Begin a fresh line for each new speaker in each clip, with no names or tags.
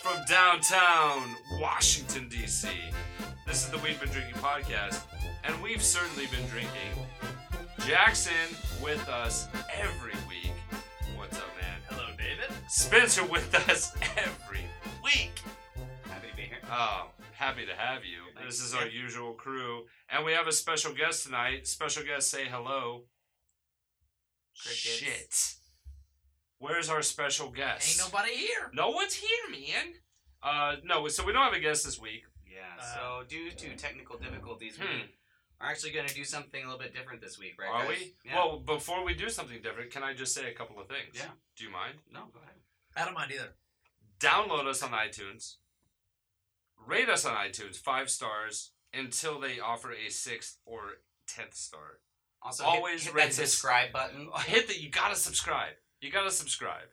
from downtown Washington, D.C. This is the We've Been Drinking podcast, and we've certainly been drinking. Jackson with us every week. What's up, man?
Hello, David.
Spencer with us every week.
Happy to be here.
Oh, happy to have you. This is our usual crew, and we have a special guest tonight. Special guest, say hello.
Crickets.
Shit. Where's our special guest?
Ain't nobody here.
No one's here, man. Uh, no, so we don't have a guest this week.
Yeah.
Uh,
so, due to technical difficulties,
Hmm.
we are actually going to do something a little bit different this week, right?
Are
guys?
we?
Yeah.
Well, before we do something different, can I just say a couple of things?
Yeah.
Do you mind?
no. Go ahead.
I don't mind either.
Download us on iTunes. Rate us on iTunes five stars until they offer a sixth or tenth star.
Also,
Always
hit, hit
rate
that
us.
subscribe button.
Hit that. You gotta subscribe. You gotta subscribe.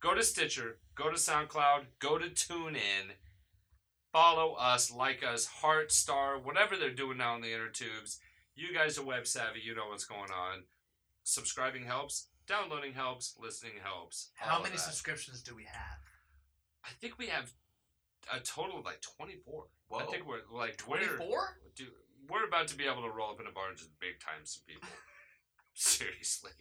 Go to Stitcher. Go to SoundCloud. Go to TuneIn. Follow us, like us, heart star, whatever they're doing now on the inner tubes. You guys are web savvy. You know what's going on. Subscribing helps. Downloading helps. Listening helps. all
How
of
many
that.
subscriptions do we have?
I think we have a total of like 24.
Whoa.
I think we're like we're-
24?
Dude, we're about to be able to roll up in a bar and just big time some people. Seriously.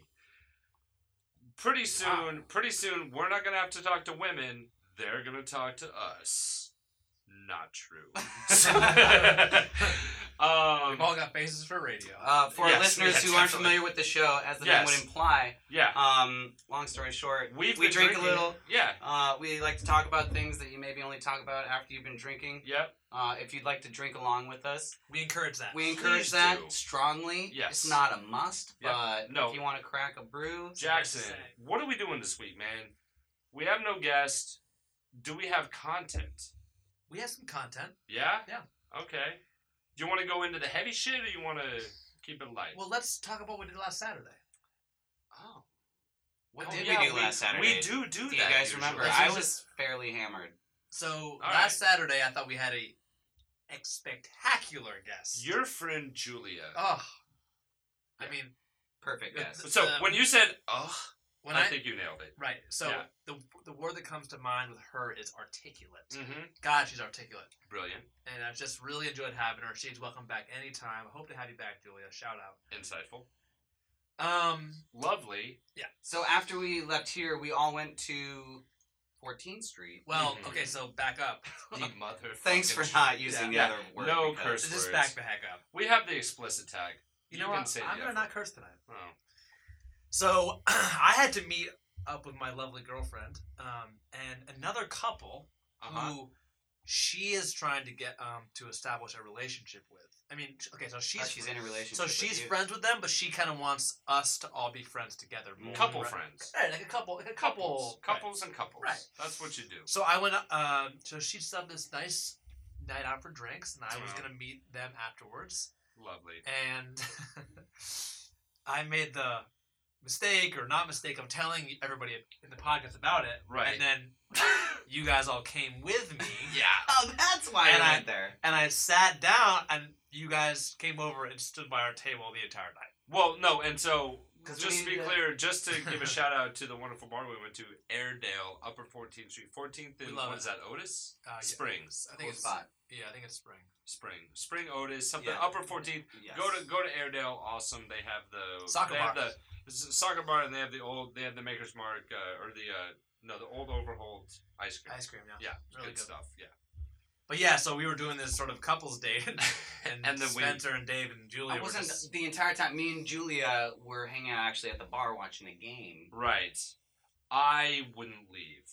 Pretty soon, pretty soon, we're not gonna have to talk to women. They're gonna talk to us. Not true.
We've
um,
all got faces for radio.
Uh, for
Yes,
listeners
yes,
who aren't
definitely.
familiar with the show, as the
Yes.
name would imply,
yeah,
um, long story short,
we've
we
been
drink a
drinking-
little.
Yeah,
Uh, we like to talk about things that you maybe only talk about after you've been drinking.
yep.
Uh, if you'd like to drink along with us,
we encourage that.
we
Please
encourage that
do.
strongly.
Yes.
It's not a must,
Yeah.
but
No.
if you want to crack a brew,
Jackson,
That's insane.
what are we doing this week, man? We have no guest. Do we have content?
we have some content.
Yeah?
Yeah.
Okay. Do you want to go into the heavy shit or you want to keep it light?
Well, let's talk about what we did last Saturday.
oh.
what
Oh,
did
yeah,
we do last Saturday?
We do do that.
Do you guys
usually.
remember?
This
I
was
was fairly hammered.
So,
right.
last Saturday, I thought we had a a spectacular guest.
Your friend Julia.
oh.
Yeah.
I mean,
Perfect guess.
so
um,
when you said, oh,
when
I,
I.
think you nailed it.
right. So,
Yeah.
the, the word that comes to mind with her is articulate.
Mm-hmm.
God, she's articulate.
Brilliant.
And I've just really enjoyed having her. She's welcome back anytime. Hope to have you back, Julia. Shout out.
Insightful.
Um,
Lovely.
So after we left here, we all went to 14th Street.
well,
Mhm.
okay, so back up.
The mother.
Thanks for not using
Yeah.
the other word.
No
because-
curse.
Just
words.
back back up.
We have the explicit tag.
You,
You
know
can
what?
say
I'm
the
gonna
F
not curse tonight.
Oh.
So I had to meet up with my lovely girlfriend, um, and another couple
Uh-huh.
who she is trying to get um to establish a relationship with. I mean, sh- okay, so she's
Oh, she's in a relationship.
so
with
she's
you.
friends with them, but she kind of wants us to all be friends together. more,
Couple
right?
friends.
Right, like a couple, like a couple,
Couples.
right.
Couples and couples.
Right.
That's what you do.
So I went. Um, so she set up this nice night out for drinks, and I was
Yeah.
gonna meet them afterwards.
Lovely.
And I made the mistake, or not mistake, of telling everybody in the podcast about it.
Right.
And then you guys all came with me,
yeah.
Oh, that's why
And
I
I-
went there.
and I sat down, and you guys came over and stood by our table the entire night.
Well, no, and so
'Cause we
just to be
need to-
clear, just to give a shout out to the wonderful bar we went to, Airedale, Upper 14th Street, 14th
We
and
love
what
it.
is that? Otis
Uh, yeah.
Springs,
I
Cool
think it's
spot.
yeah, I think it's spring.
Spring, Spring Otis, something
Yeah.
Upper 14th.
Yes.
Go to go to Airedale. Awesome. They have the
Soccer
they have
bar.
the it's a soccer bar, and they have the old they have the Maker's Mark uh, or the uh, no the old Overhold ice cream.
Ice cream, yeah.
yeah,
It's really
good,
good.
stuff. Yeah,
But yeah, so we were doing this sort of couples date, and, and,
And then we-
Spencer and Dave and Julia
I
were
wasn't
just-
the entire time. Me and Julia were hanging out actually at the bar watching a game.
right. I wouldn't leave.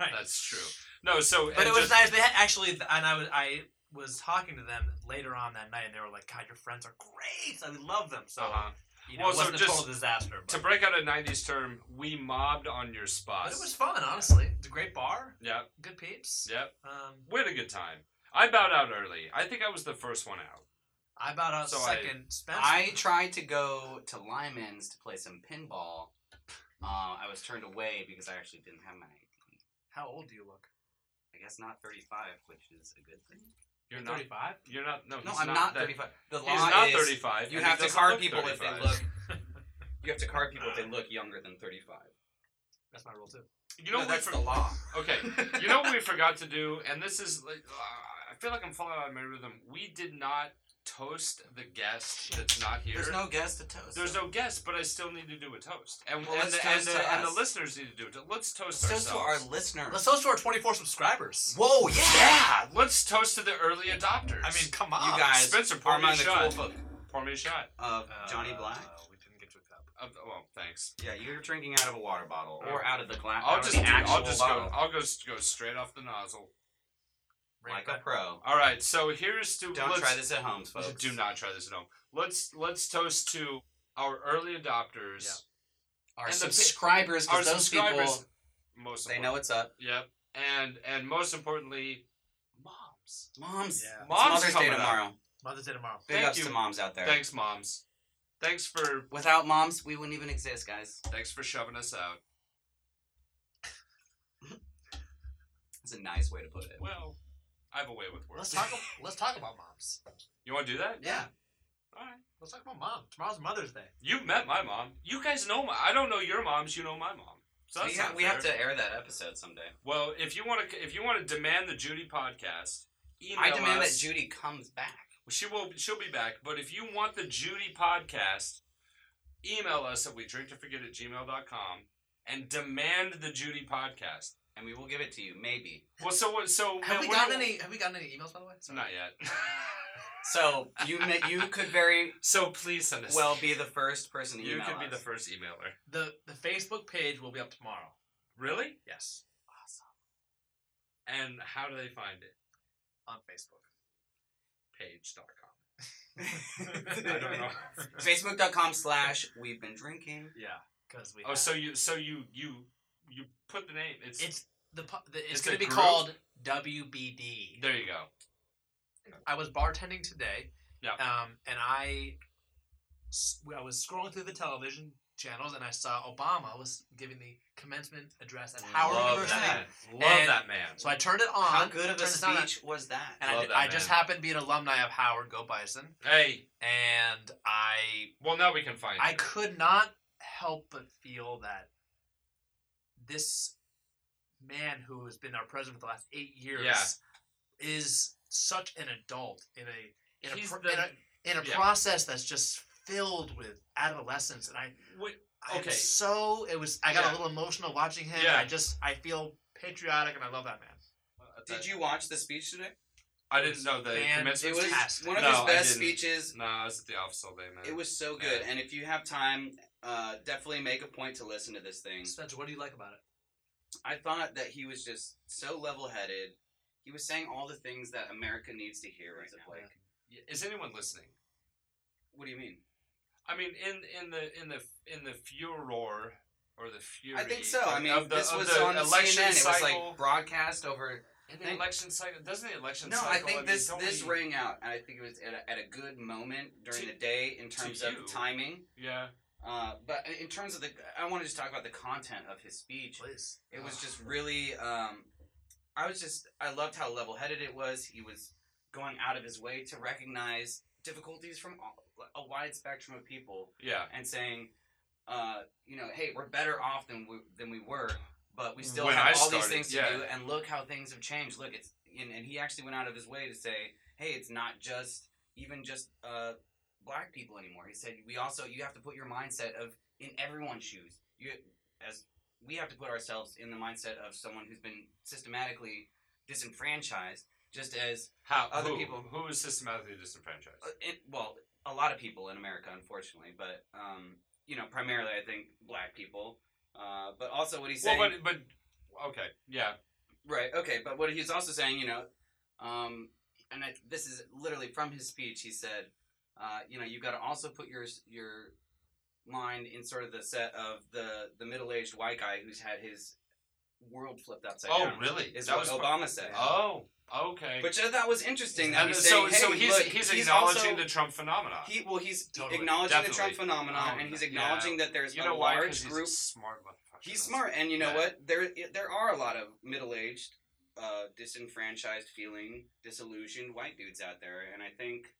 Right.
That's true. No, so
But
and
it was
just-
nice. They had actually, and I was I was talking to them later on that night, and they were like, "God, your friends are great. I love them." So
uh-huh.
you know,
Well,
it
so
wasn't
just
a total disaster. But,
To break out a '90s term, we mobbed on your spot.
but it was fun, honestly. It's a great bar,
Yeah,
good peeps.
Yep.
Um,
We had a good time. I bowed out early. I think I was the first one out.
I bought out
So I-
second. Spencer,
I tried to go to Lyman's to play some pinball. Uh, I was turned away because I actually didn't have my ID.
how old do you look?
I guess not 35, which is a good thing.
You're not.
thirty-five.
You're not. No,
No,
he's
I'm
not,
not
that-
35. The law
He's not
is
35.
you
and he
have to
doesn't
card
look
people if they
35.
look. You have to card people if they look younger than 35.
That's my rule too.
You know
no,
we
that's
for-
the law.
Okay, you know what we forgot to do, and this is like uh, I feel like I'm falling out of my rhythm. We did not toast the guest that's not here.
There's no guest to toast.
There's
though.
no guest, but I still need to do a toast, and
Well,
and,
let's
the,
toast
and,
to
the, and the
us.
listeners need to do it. Let's toast
Let's toast to our
ourselves.
listeners.
Let's toast to our 24 subscribers.
Whoa, yeah!
yeah, let's toast to the early adopters.
I mean, come on.
You guys
Spencer, pour
are
me a
among the cool
shot.
folk
pour me a shot.
of
Uh,
Johnny Black.
we didn't get to a cup.
Uh, well, thanks.
Yeah, you're drinking out of a water bottle or out of the glass.
uh, I'll
out of
just
the
do- I'll
actual
just
bottle,
go. I'll go s- go straight off the nozzle.
Bring
like
it
a
back.
pro.
All right, so here's to
Don't
let's-
try this at home, folks.
Do not try this at home. Let's let's toast to our early adopters.
Yeah.
Our
And the pi-
subscribers,
our
because those
subscribers,
people,
most
They know what's up.
Yep, and and most importantly, moms.
Moms.
Yeah.
It's
Moms
Mother's Day
coming up.
tomorrow.
Mother's Day tomorrow.
Big
Thank
ups
you.
to moms out there.
Thanks, moms. Thanks for
Without moms, we wouldn't even exist, guys.
thanks for shoving us out.
That's a nice way to put it.
Well, I have a way with words.
Let's talk. ab- let's talk about moms.
You want to do that?
Yeah.
All right.
Let's talk about mom. Tomorrow's Mother's Day.
You met my mom. You guys know my. I don't know your moms. You know my mom. So that's
we, ha-
not
we have
fair.
to air that episode someday.
Well, if you want to, if you want to demand the Judy podcast, email
I demand
us.
that Judy comes back.
Well, She will. She'll be back. But if you want the Judy podcast, email us at we drink to forget at gmail.com and demand the Judy podcast.
And we will give it to you, maybe.
Well, so what? So
Have
man,
we
we're
gotten
not-
any? Have we gotten any emails by the way? Sorry.
Not yet.
So you may, you could very
so please send us.
well be the first person to
you
email
could be
us.
the first emailer.
The the Facebook page will be up tomorrow.
Really?
Yes,
And how do they find it?
on Facebook.
Page.com. I don't know.
Facebook.com slash we've been drinking.
Yeah, because we.
Oh,
have-
so you, so you, you, you put the name. It's,
it's the, pu- the
It's
it's, going
a
to be
group?
called WBD.
there. You go.
I was bartending today.
Yeah.
Um, and I, s- I was scrolling through the television channels and I saw Obama was giving the commencement address at Howard
Love
University.
that. Love
And-
that man.
So I turned it on.
How good of
turned
a
this on,
speech was that?
And I,
Love
did-
that
I just
man.
happened to be an alumni of Howard, go Bison,
hey,
and I
well now we can find.
I
you.
could not help but feel that this man who has been our president for the last eight years
Yeah.
is such an adult in a in a,
He's
pro-
the-
in a in a
yeah.
process that's just filled with adolescence, and I
Wait,
I'm
Okay.
so it was I got
Yeah.
a little emotional watching him.
Yeah.
And I just I feel patriotic, and I love that man.
Did you watch the speech today?
I didn't know the
Man,
commencement.
It was
Fantastic.
one of
No, I
his best
didn't.
speeches.
Nah, I was at the office all day, man.
It was so
Yeah.
good. And if you have time, uh, definitely make a point to listen to this thing.
Spencer, what do you like about it?
I thought that he was just so level headed. He was saying all the things that America needs to hear right now.
Yeah.
Like,
Is anyone listening?
what do you mean?
I mean, in in the in the in the furor or the fury.
I think so.
of-
I mean,
of the,
this
of
was
the
on
election
CNN.
cycle.
It was like broadcast over.
in the election cycle, doesn't the election
No,
cycle?
I think
mean,
this
don't
this
we-
rang out, and I think it was at a, at a good moment during
To-
the day in
to
terms of
you.
timing.
Yeah,
Uh, but in terms of the, I want to just talk about the content of his speech.
Please.
It was just really. Um, I was just. I loved how level headed it was. He was going out of his way to recognize difficulties from all, a wide spectrum of people
yeah.
and saying, uh, you know, hey, we're better off than we, than we were, but we still
When
have
I
all
started,
these things to
yeah.
do. And look how things have changed. Look, it's and, and he actually went out of his way to say, hey, it's not just even just uh, black people anymore. He said we also you have to put your mindset of in everyone's shoes. You as we have to put ourselves in the mindset of someone who's been systematically disenfranchised, just as
How
Other
who,
people-
who is systematically disenfranchised?
uh, it, well, a lot of people in America, unfortunately, but um, you know, primarily I think black people. Uh, but also what he's
well,
saying,
but but okay, yeah,
right? Okay, but what he's also saying, you know, um, and I, this is literally from his speech. He said, uh, you know, you got to also put your your mind in sort of the set of the the middle aged white guy who's had his world flipped upside
Oh,
down.
really?
Is
That
what
was fu-
Obama said.
Oh, okay.
Which I thought was interesting. That
and
he's
so
saying,
so
hey,
he's
look,
he's,
also-
acknowledging the Trump phenomenon.
He well, he's
Totally.
acknowledging the Trump
Definitely.
phenomenon,
Um,
and he's
yeah.
acknowledging that there's
you
a
know why? 'Cause
large
he's a
group.
smart motherfucker.
He's smart, and you know
Yeah.
what? There there are a lot of middle aged, uh, disenfranchised, feeling disillusioned white dudes out there, and I think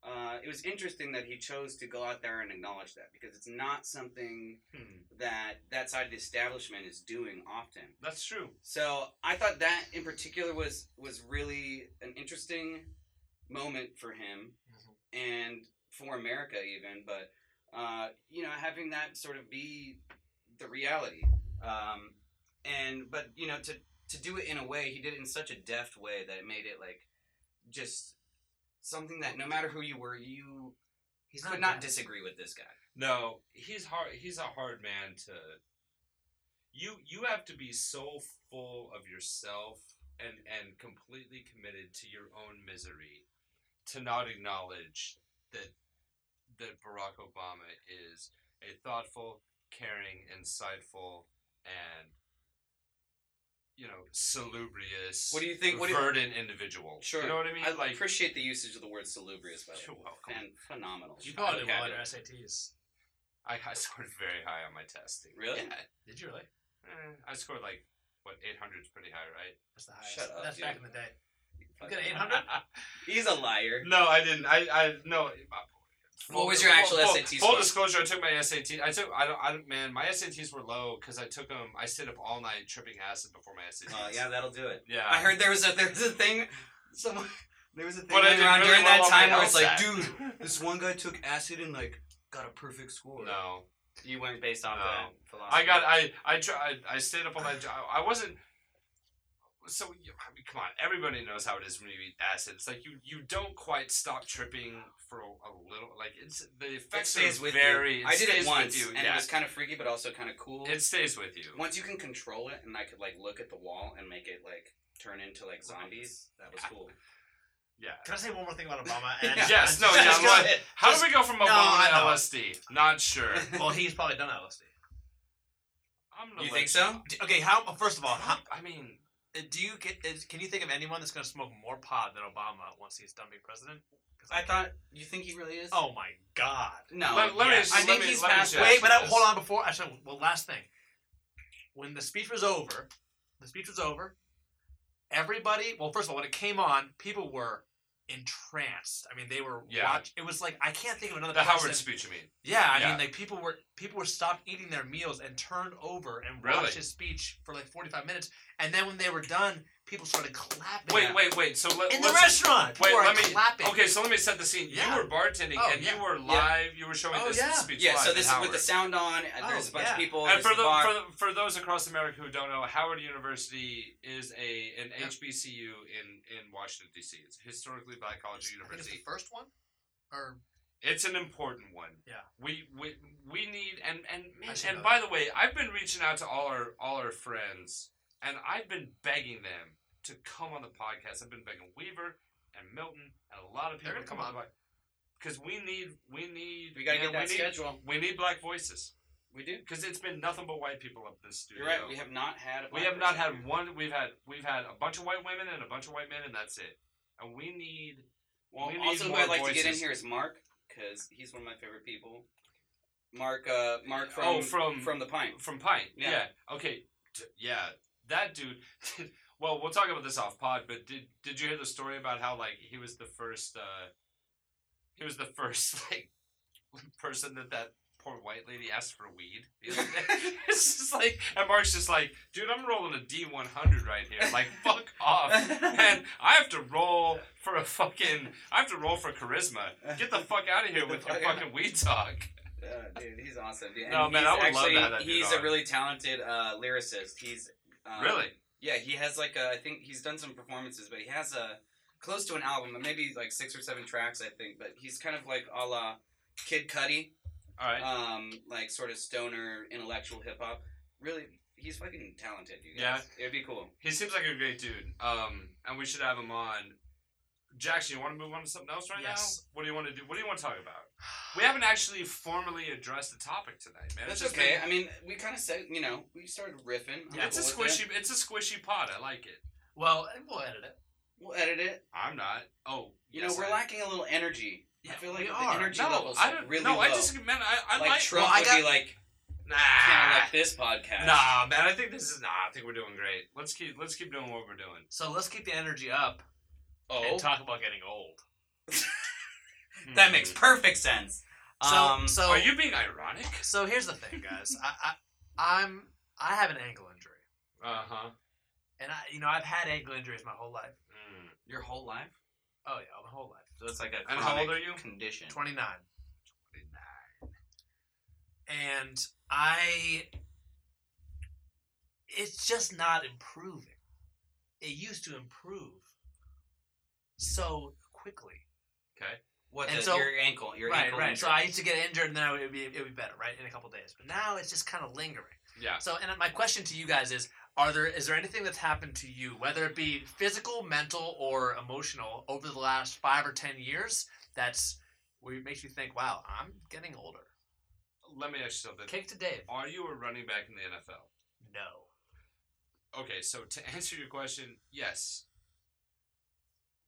uh, it was interesting that he chose to go out there and acknowledge that because it's not something
Hmm.
that that side of the establishment is doing often.
That's true.
So I thought that in particular was was really an interesting moment for him
Mhm.
and for America even, but uh, you know having that sort of be the reality, um, and but you know to to do it in a way he did it in such a deft way that it made it like just something that no matter who you were you
He's
could not
deaf.
disagree with this guy.
No, he's hard. He's a hard man to. You you have to be so full of yourself and and completely committed to your own misery, to not acknowledge that that Barack Obama is a thoughtful, caring, insightful, and you know salubrious.
What do you think- what do you-
verdant individual.
Sure.
You know what I mean?
I
like
appreciate the usage of the word salubrious by the
you're
way.
welcome.
And phenomenal.
You probably did well on
Okay.
your SATs.
I, I scored very high on my testing.
Really?
Yeah.
Did you really?
Eh, I scored like what 800 is pretty high, right?
That's the highest.
Shut up,
That's
dude.
back in the day. You got 800?
He's a liar.
no, I didn't. I I no. eh,
What was your actual
full,
SAT
Full
score?
disclosure, I took my SAT. I took I don't I don't man. My SATs were low because I took them. I stayed up all night tripping acid before my SATs.
Oh yeah, that'll do it.
Yeah.
I heard there was a there was a thing, someone there was a thing
But I
going
did
around
really
during
well
that
on my
time where it's like,
LSAT.
dude, this one guy took acid and like got a perfect score.
no.
you went based off
No.
that philosophy.
I got I I tried I stayed up all night. I, I wasn't. So you- I mean, come on, everybody knows how it is when you eat acid. It's like you you don't quite stop tripping for a, a little. Like it's the
It
effects
stays
are
with
very.
you. I did
stays
it once,
with you.
and
yeah.
it was kind of freaky, but also kind of cool.
It stays with you.
once you can control it, and I could like look at the wall and make it like turn into like zombies. That was cool.
Yeah.
Can I say one more thing about Obama? And
Yeah.
Yes, no,
I'm
yeah,
just
I'm
gonna-
How do we go from
No,
Obama
I
to
know.
LSD? Not sure.
Well, he's probably done LSD.
I'm gonna
you
let
think so?
D- Okay, how? First of all, how,
I mean,
uh, do you get? Is, can you think of anyone that's going to smoke more pot than Obama once he's done being president? 'Cause
I thought you think he really is.
Oh my God!
no,
let, let
yes.
me.
Oh, I
let
think
me-
he's
let me
past-
just-
Wait, but I,
yes.
hold on. Before I said, well, last thing. When the speech was over, the speech was over. Everybody, well, first of all, when it came on, people were entranced. I mean, they were
Yeah.
watch. It was like I can't think of another
The
person.
Howard speech, I mean.
Yeah, I
Yeah.
mean, like people were people were stopped eating their meals and turned over and
Really?
watched his speech for like forty five minutes, and then when they were done, people started clapping.
Wait,
at-
wait, wait. So let,
in the
let's.
restaurant, people
wait,
were
let me-
clapping.
Okay, so let me set the scene.
Yeah.
You were bartending
Oh,
and
yeah.
you were live. You were showing
Oh,
this
yeah.
speech
yeah.
live
So this
at
is with the
Howard.
sound on. And
Oh,
there's a bunch
yeah.
of people.
And
there's
for,
the
the,
bar.
for, the- for those across America who don't know, Howard University is a an
Yeah.
HBCU in, in Washington D.C. It's a historically black college
I think it's the
university.
first one, or
It's an important one.
Yeah.
We we, we need and and man,
should know
and by the way, I've been reaching out to all our all our friends, and I've been begging them to come on the podcast. I've been begging Weaver and Milton and a lot of
They're
people to
gonna
come
come
on because we need we need
we gotta
man,
get that
we need,
schedule.
We need black voices
We do.
because it's been nothing but white people up in this studio.
You're right. We have not had. A
We
black
have not had
person here.
one. We've had we've had a bunch of white women and a bunch of white men, and that's it. And we need
Well,
we need
also who
more
I'd like to get in
voices.
here is Mark because he's one of my favorite people. Mark, uh, Mark from
Oh, from-
from the Pint.
from Pine. Yeah.
Yeah.
Okay. D- yeah, that dude. well, we'll talk about this off pod. But did did you hear the story about how like he was the first? uh He was the first like person that that poor white lady asked for weed. the other day. it's just like, and Mark's just like, dude, I'm rolling a D one hundred right here. Like, fuck off.
Uh,
Man, I have to roll for a fucking. I have to roll for charisma. Get the fuck out of here with your fucking weed talk.
Uh, dude, he's awesome. Dude.
No,
And
man,
he's
I would love to
actually,
have that dude
He's
on.
a really talented uh, lyricist. He's um,
really?
yeah. He has like a, I think he's done some performances, but he has a close to an album, maybe like six or seven tracks, I think. But he's kind of like a la Kid Cudi,
All right.
um, like sort of stoner intellectual hip hop. Really, he's fucking talented. You guys. Yeah, it'd be cool.
He seems like a great dude. Um, and we should have him on. Jackson, you want to move on to something else right
Yes.
now? What do you want to do? What do you want to talk about? We haven't actually formally addressed the topic tonight, man.
That's
it's just
okay.
been-
I mean, we kind of said, you know, we started riffing. I'm
Yeah,
it's a
cool with
squishy.
it.
It's a squishy pod. I like it.
well, and we'll edit it.
We'll edit it.
I'm not. Oh,
You
yes,
know, we're
I-
lacking a little energy. I feel like
we
the
are.
energy
No,
levels
I don't.
really
no,
low.
I just man. I, I
like,
like.
Trump
well, I
would
got-
be like,
nah.
kind of like this podcast.
Nah, man. I think this is. Nah, I think we're doing great. Let's keep. Let's keep doing what we're doing.
So let's keep the energy up
Oh,
and talk about getting old.
That makes perfect sense.
So,
um,
so
Hmm. Are you being ironic?
So here's the thing, guys. I, I I'm I have an ankle injury,
Uh
Uh-huh.
huh.
and I you know I've had ankle injuries my whole life.
Mm.
your whole life?
Oh yeah, my whole life.
So it's like a
And how old
chronic
are you?
Condition.
Twenty nine. And I, it's just not improving. It used to improve so quickly.
Okay.
What?
And
the-
so-
your ankle? Your
right,
ankle
right.
injury.
So I used to get injured, and then I would, it'd be it would be better, right, in a couple days. But now it's just kind of lingering.
Yeah.
So, and my question to you guys is: Are there is there anything that's happened to you, whether it be physical, mental, or emotional, over the last five or ten years that's where it makes you think, "Wow, I'm getting older."
Let me ask you something.
Cake to Dave.
Are you a running back in the NFL?
No.
Okay, so to answer your question, yes.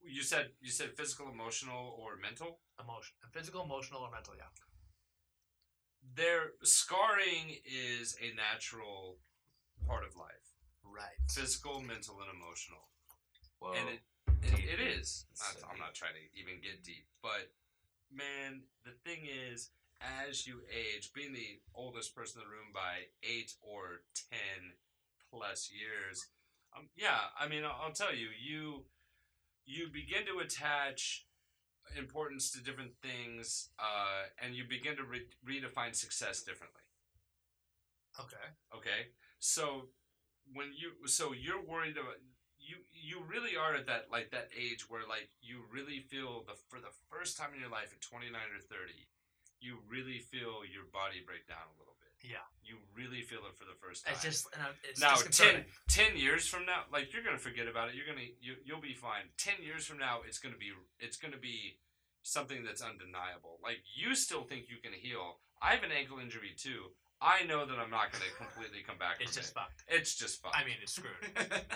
You said you said physical, emotional, or mental.
Emotion, physical, emotional, or mental. Yeah.
There, scarring is a natural part of life.
Right.
physical, mental, and emotional.
Whoa.
And it, it, it
Deep.
is.
That's
Not-
so
I'm
deep.
not trying to even get deep, but man, the thing is, as you age, being the oldest person in the room by eight or ten plus years, um, yeah, I mean, I'll, I'll tell you, you you begin to attach importance to different things, uh, and you begin to re- redefine success differently.
Okay.
Okay, so when you so you're worried about you you really are at that like that age where like you really feel the for the first time in your life at 29 or 30 you really feel your body break down a little bit
Yeah.
you really feel it for the first time
It's just and I'm- it's
now
disconcerting.
10, 10 years from now like you're gonna forget about it you're gonna you, you'll be fine 10 years from now it's gonna be it's gonna be something that's undeniable like you still think you can heal i have an ankle injury too i know that i'm not gonna completely come back
It's
from
just
it.
fucked.
it's just fucked
I mean, it's screwed.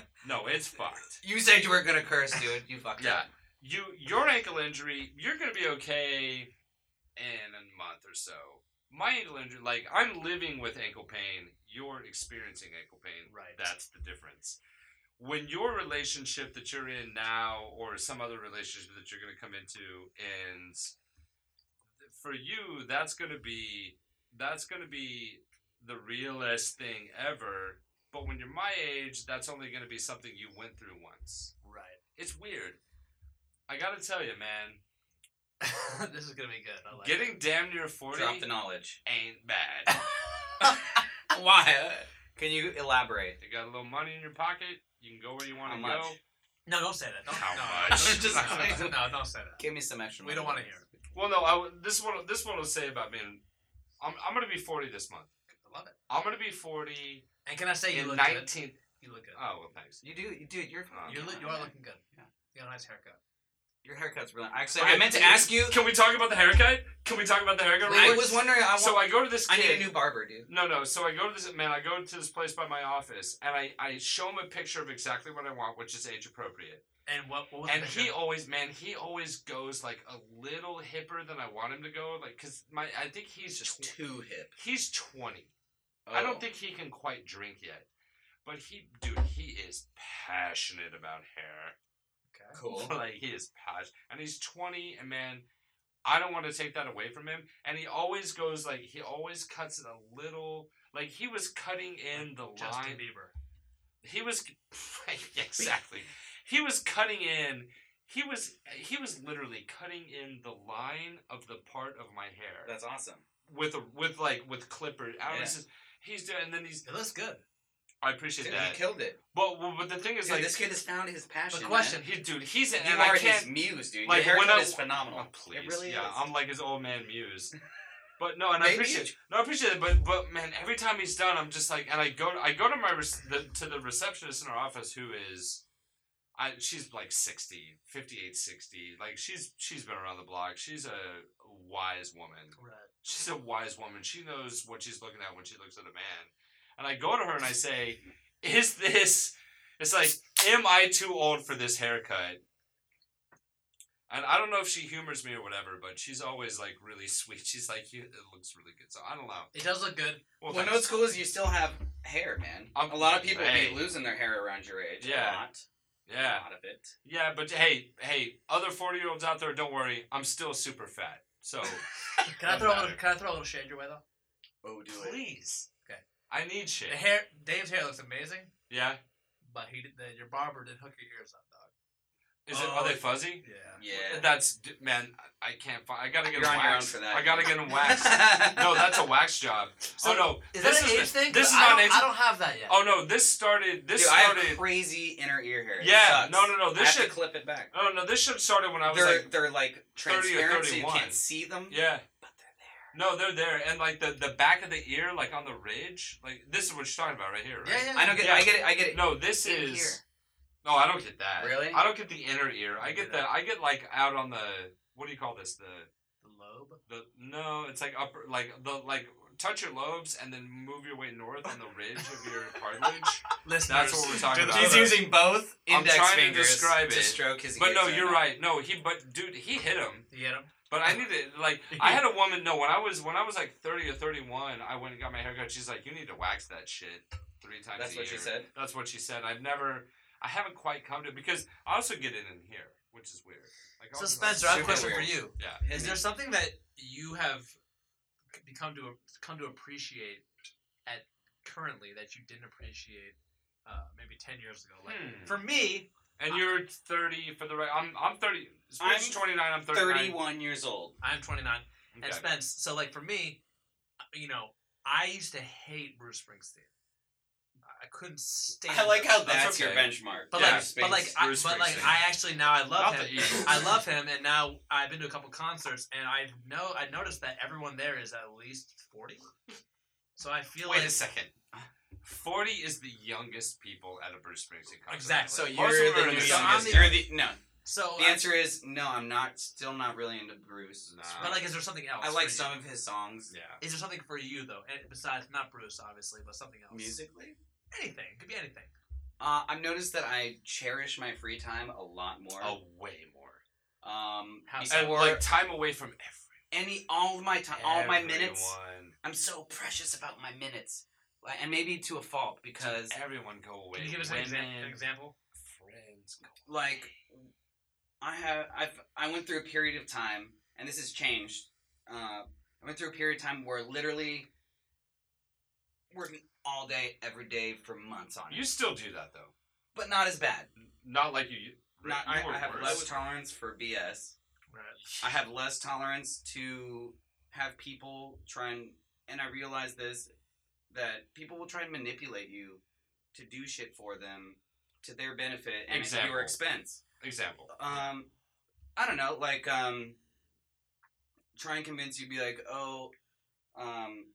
no it's fucked
you said you were gonna curse, dude. You fucked
yeah
up.
you your ankle injury you're gonna be okay in a month or so my ankle injury like i'm living with ankle pain you're experiencing ankle pain
Right.
that's the difference. When your relationship that you're in now, or some other relationship that you're going to come into, ends, for you, that's going to be that's going to be the realest thing ever. But when you're my age, that's only going to be something you went through once.
right.
It's weird. I got to tell you, man,
this is gonna be good. I like it.
getting damn near forty
Drop the knowledge.
ain't bad.
Why? Can you elaborate?
you got a little money in your pocket, you can go where you want
How
to
much?
go.
No, don't say that. Don't,
How
no,
much?
Don't,
Just-
no, no, don't say that.
Give me some extra.
We don't
money.
wanna hear
Well, no, I, would- this one this one will say about me. I'm I'm gonna be forty this month.
I love it.
I'm gonna be forty
And can I say you
in
look good?
nineteen.
You look good.
Oh well, thanks.
You do, dude. You're
Uh,
you
yeah,
look, you
man.
are looking good.
Yeah.
You got a nice haircut.
Your haircut's really. Actually, I meant to ask you.
Can we talk about the haircut? Can we talk about the haircut?
I
Right?
was wondering. I want.
so I go to this.
I
Kid,
need a new barber, dude.
No, no. So I go to this man. I go to this place by my office, and I I show him a picture of exactly what I want, which is age appropriate.
And what? what was
And
the
he
picture?
always, man, he always goes like a little hipper than I want him to go, like because my I think he's
Just
tw-
too hip.
he's twenty. I
Oh.
don't think he can quite drink yet. But he, dude, he is passionate about hair.
Okay.
Cool.
like, he is passionate. And he's 20, and man, I don't want to take that away from him. And he always goes, like, he always cuts it a little. Like, he was cutting in the
Justin
line.
Bieber.
He was, exactly. He was cutting in. He was he was literally cutting in the line of the part of my hair
That's awesome.
with a with like with clipper. I was
Yeah.
just- he's doing, and then he's.
It looks good.
I appreciate
Dude,
that.
he killed it.
But well, but the thing is,
Dude,
like,
this kid has found his passion.
But question-
he, dude, he's
man.
and,
You
and
are
I
his
can't.
muse, dude.
like,
Your
when
haircut
I-
is phenomenal.
Oh, please,
It really
yeah,
is.
I'm like his old man muse. But no, and I
Maybe
appreciate, no, I appreciate it. But but man, every time he's done, I'm just like, and I go, I go to my rec- the, to the receptionist in our office who is. I, she's like 60 58 60 like she's she's been around the block she's a wise woman
Right.
she's a wise woman. She knows what she's looking at when she looks at a man. And I go to her and I say, Is this it's like, am I too old for this haircut? And I don't know if she humors me or whatever, but she's always like really sweet. She's like, "You- it looks really good. So I don't know.
It does look good.
Well,
Well, no,
thanks.
what's cool is you still have hair, man.
I'm-
a lot of people
Hey.
be losing their hair around your age.
Yeah.
A lot.
Yeah.
a lot of it.
Yeah, but hey, hey, other 40 year olds out there, don't worry. I'm still super fat. So
Can I
Doesn't
throw a little,
matter.
can I throw a little shade your way though?
Oh, do it.
please.
Okay.
I need shit.
The hair, Dave's hair looks amazing,
Yeah.
but he did, the, your barber did hook your ears up, dog.
Is it, are
Oh.
they fuzzy?
Yeah.
Yeah.
That's, d- man, I I can't find, I gotta get
You're
them
on your own
waxed.
for that.
I gotta get them waxed. no, that's a wax job. oh,
So,
no.
Is
this
that an
is
age thing?
This is
I
not
don't-
an age
I don't have that yet.
Oh, no, this started,
Dude,
this
I
started.
have crazy inner ear hair. It
yeah,
sucks.
no, no, no.
I
This
have
shit,
to clip it back.
no, no, this shit started when I was
they're
like,
they're like
30 or
transparent, so you
31.
can't see them.
yeah.
but they're
No, they're there, and like the the back of the ear, like on the ridge, like this is what you're talking about right here, right?
Yeah, yeah.
there. I don't get.
Yeah.
I get it. I get it.
No, this
In
is.
here.
No, I don't get that.
Really?
I don't get the inner ear. I get
Yeah.
the. I get like out on the. What do you call this? The
The lobe.
the no. It's like upper like the like touch your lobes and then move your way north on the ridge of your cartilage.
Listeners,
That's what we're talking
do
about.
the-
He's using both
I'm
index
trying to
fingers
describe it.
stroke his.
But
ears
no,
in
you're
and out.
right. No, he. But dude, he hit him.
You get 'em?
But I need to like. I had a woman. No, when I was when I was like 30 or 31, I went and got my haircut. She's like, you need to wax that shit three times.
That's
a
what she
year."
said.
That's what she said. I've never, I haven't quite come to because I also get it in here, which is weird. Like, I
So
was-
Spencer, I have a
Super
question
weird.
for you.
Yeah.
Is there something that you have become to come to appreciate at currently that you didn't appreciate uh, maybe ten years ago? Like
Hmm.
for me,
And you're 30 for the right. I'm I'm 30.
I'm
Spencer's 29. I'm 39.
31 years old.
I'm 29
Okay.
and Spence. So like for me, you know, I used to hate Bruce Springsteen. I couldn't stand.
I like how
him.
That's
that's,
okay.
your benchmark.
But
Yeah,
like, but like, I,
Bruce
but like,
Springsteen.
I actually now I love
Not
him.
the Eagles.
I love him, and now I've been to a couple concerts, and I know I noticed that everyone there is at least forty. So I feel
Wait
like
a second. 40 is the youngest people at a Bruce Springsteen concert.
Exactly.
so you're
Most of them
the
are in
new
the
so I'm
youngest.
the-
You're the no.
so.
The
I-
answer is no. I'm not. Still not really into Bruce.
Nah.
but like, is there something else?
I like
for you?
some of his songs.
Yeah.
Is there something for you though, and besides not Bruce, obviously, but something else?
Musically,
Anything. It could be anything.
uh, I've noticed that I cherish my free time a lot more.
Oh, way more.
Um,
How-
before
And Oh. like time away from
any all of my time,
everyone.
all my minutes. I'm so precious about my minutes, Like, and maybe to a fault because
Everyone go away.
Can you give us an,
Women,
exa- an example?
Friends go
like I have I've I went through a period of time, and this has changed. Uh, I went through a period of time where literally working all day, every day for months on
away.
it,
You still do that though.
but not as bad.
Not like you.
Not
you
I,
were
I have
worse.
less tolerance for BS.
Right.
I have less tolerance to have people try and and I realize this that people will try and manipulate you to do shit for them to their benefit and at
Example.
your expense.
Example.
Um, I don't know, like um, try and convince you, be like, oh, um,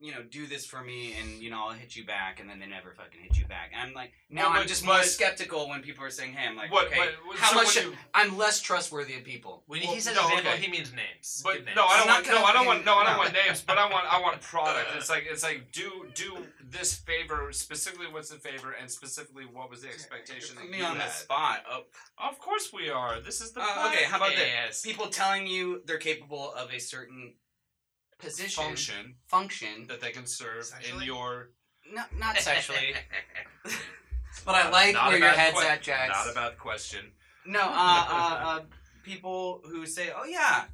you know, do this for me, and you know, I'll hit you back, and then they never fucking hit you back. I'm like, now
Well,
I'm
but-
just more
but-
skeptical when people are saying, hey, I'm like,
what,
okay,
what- what-
how
so
much?
when
should-
you-
I'm less trustworthy of people.
When
Well,
he says
no,
example,
okay.
he means names.
But
Give names.
no, I
I'm
don't
not
want.
gonna
No, I don't
fucking-
want. No, I don't
no.
want names. But I want. I want product. It's like. It's like. Do do this favor specifically. What's the favor and specifically what was the expectation that
Put me
you
on the
had?
spot. Oh,
Of course we are. This is the.
Uh, okay, how about this?
podcast.
people telling you they're capable of a certain position,
function
function,
that they can serve in
Sexually?
your.
no, not sexually. but I
Not-
like
not
where your
about
head's
que-
at, Jax.
Not about the question.
no, uh, uh, uh, people who say, "Oh yeah,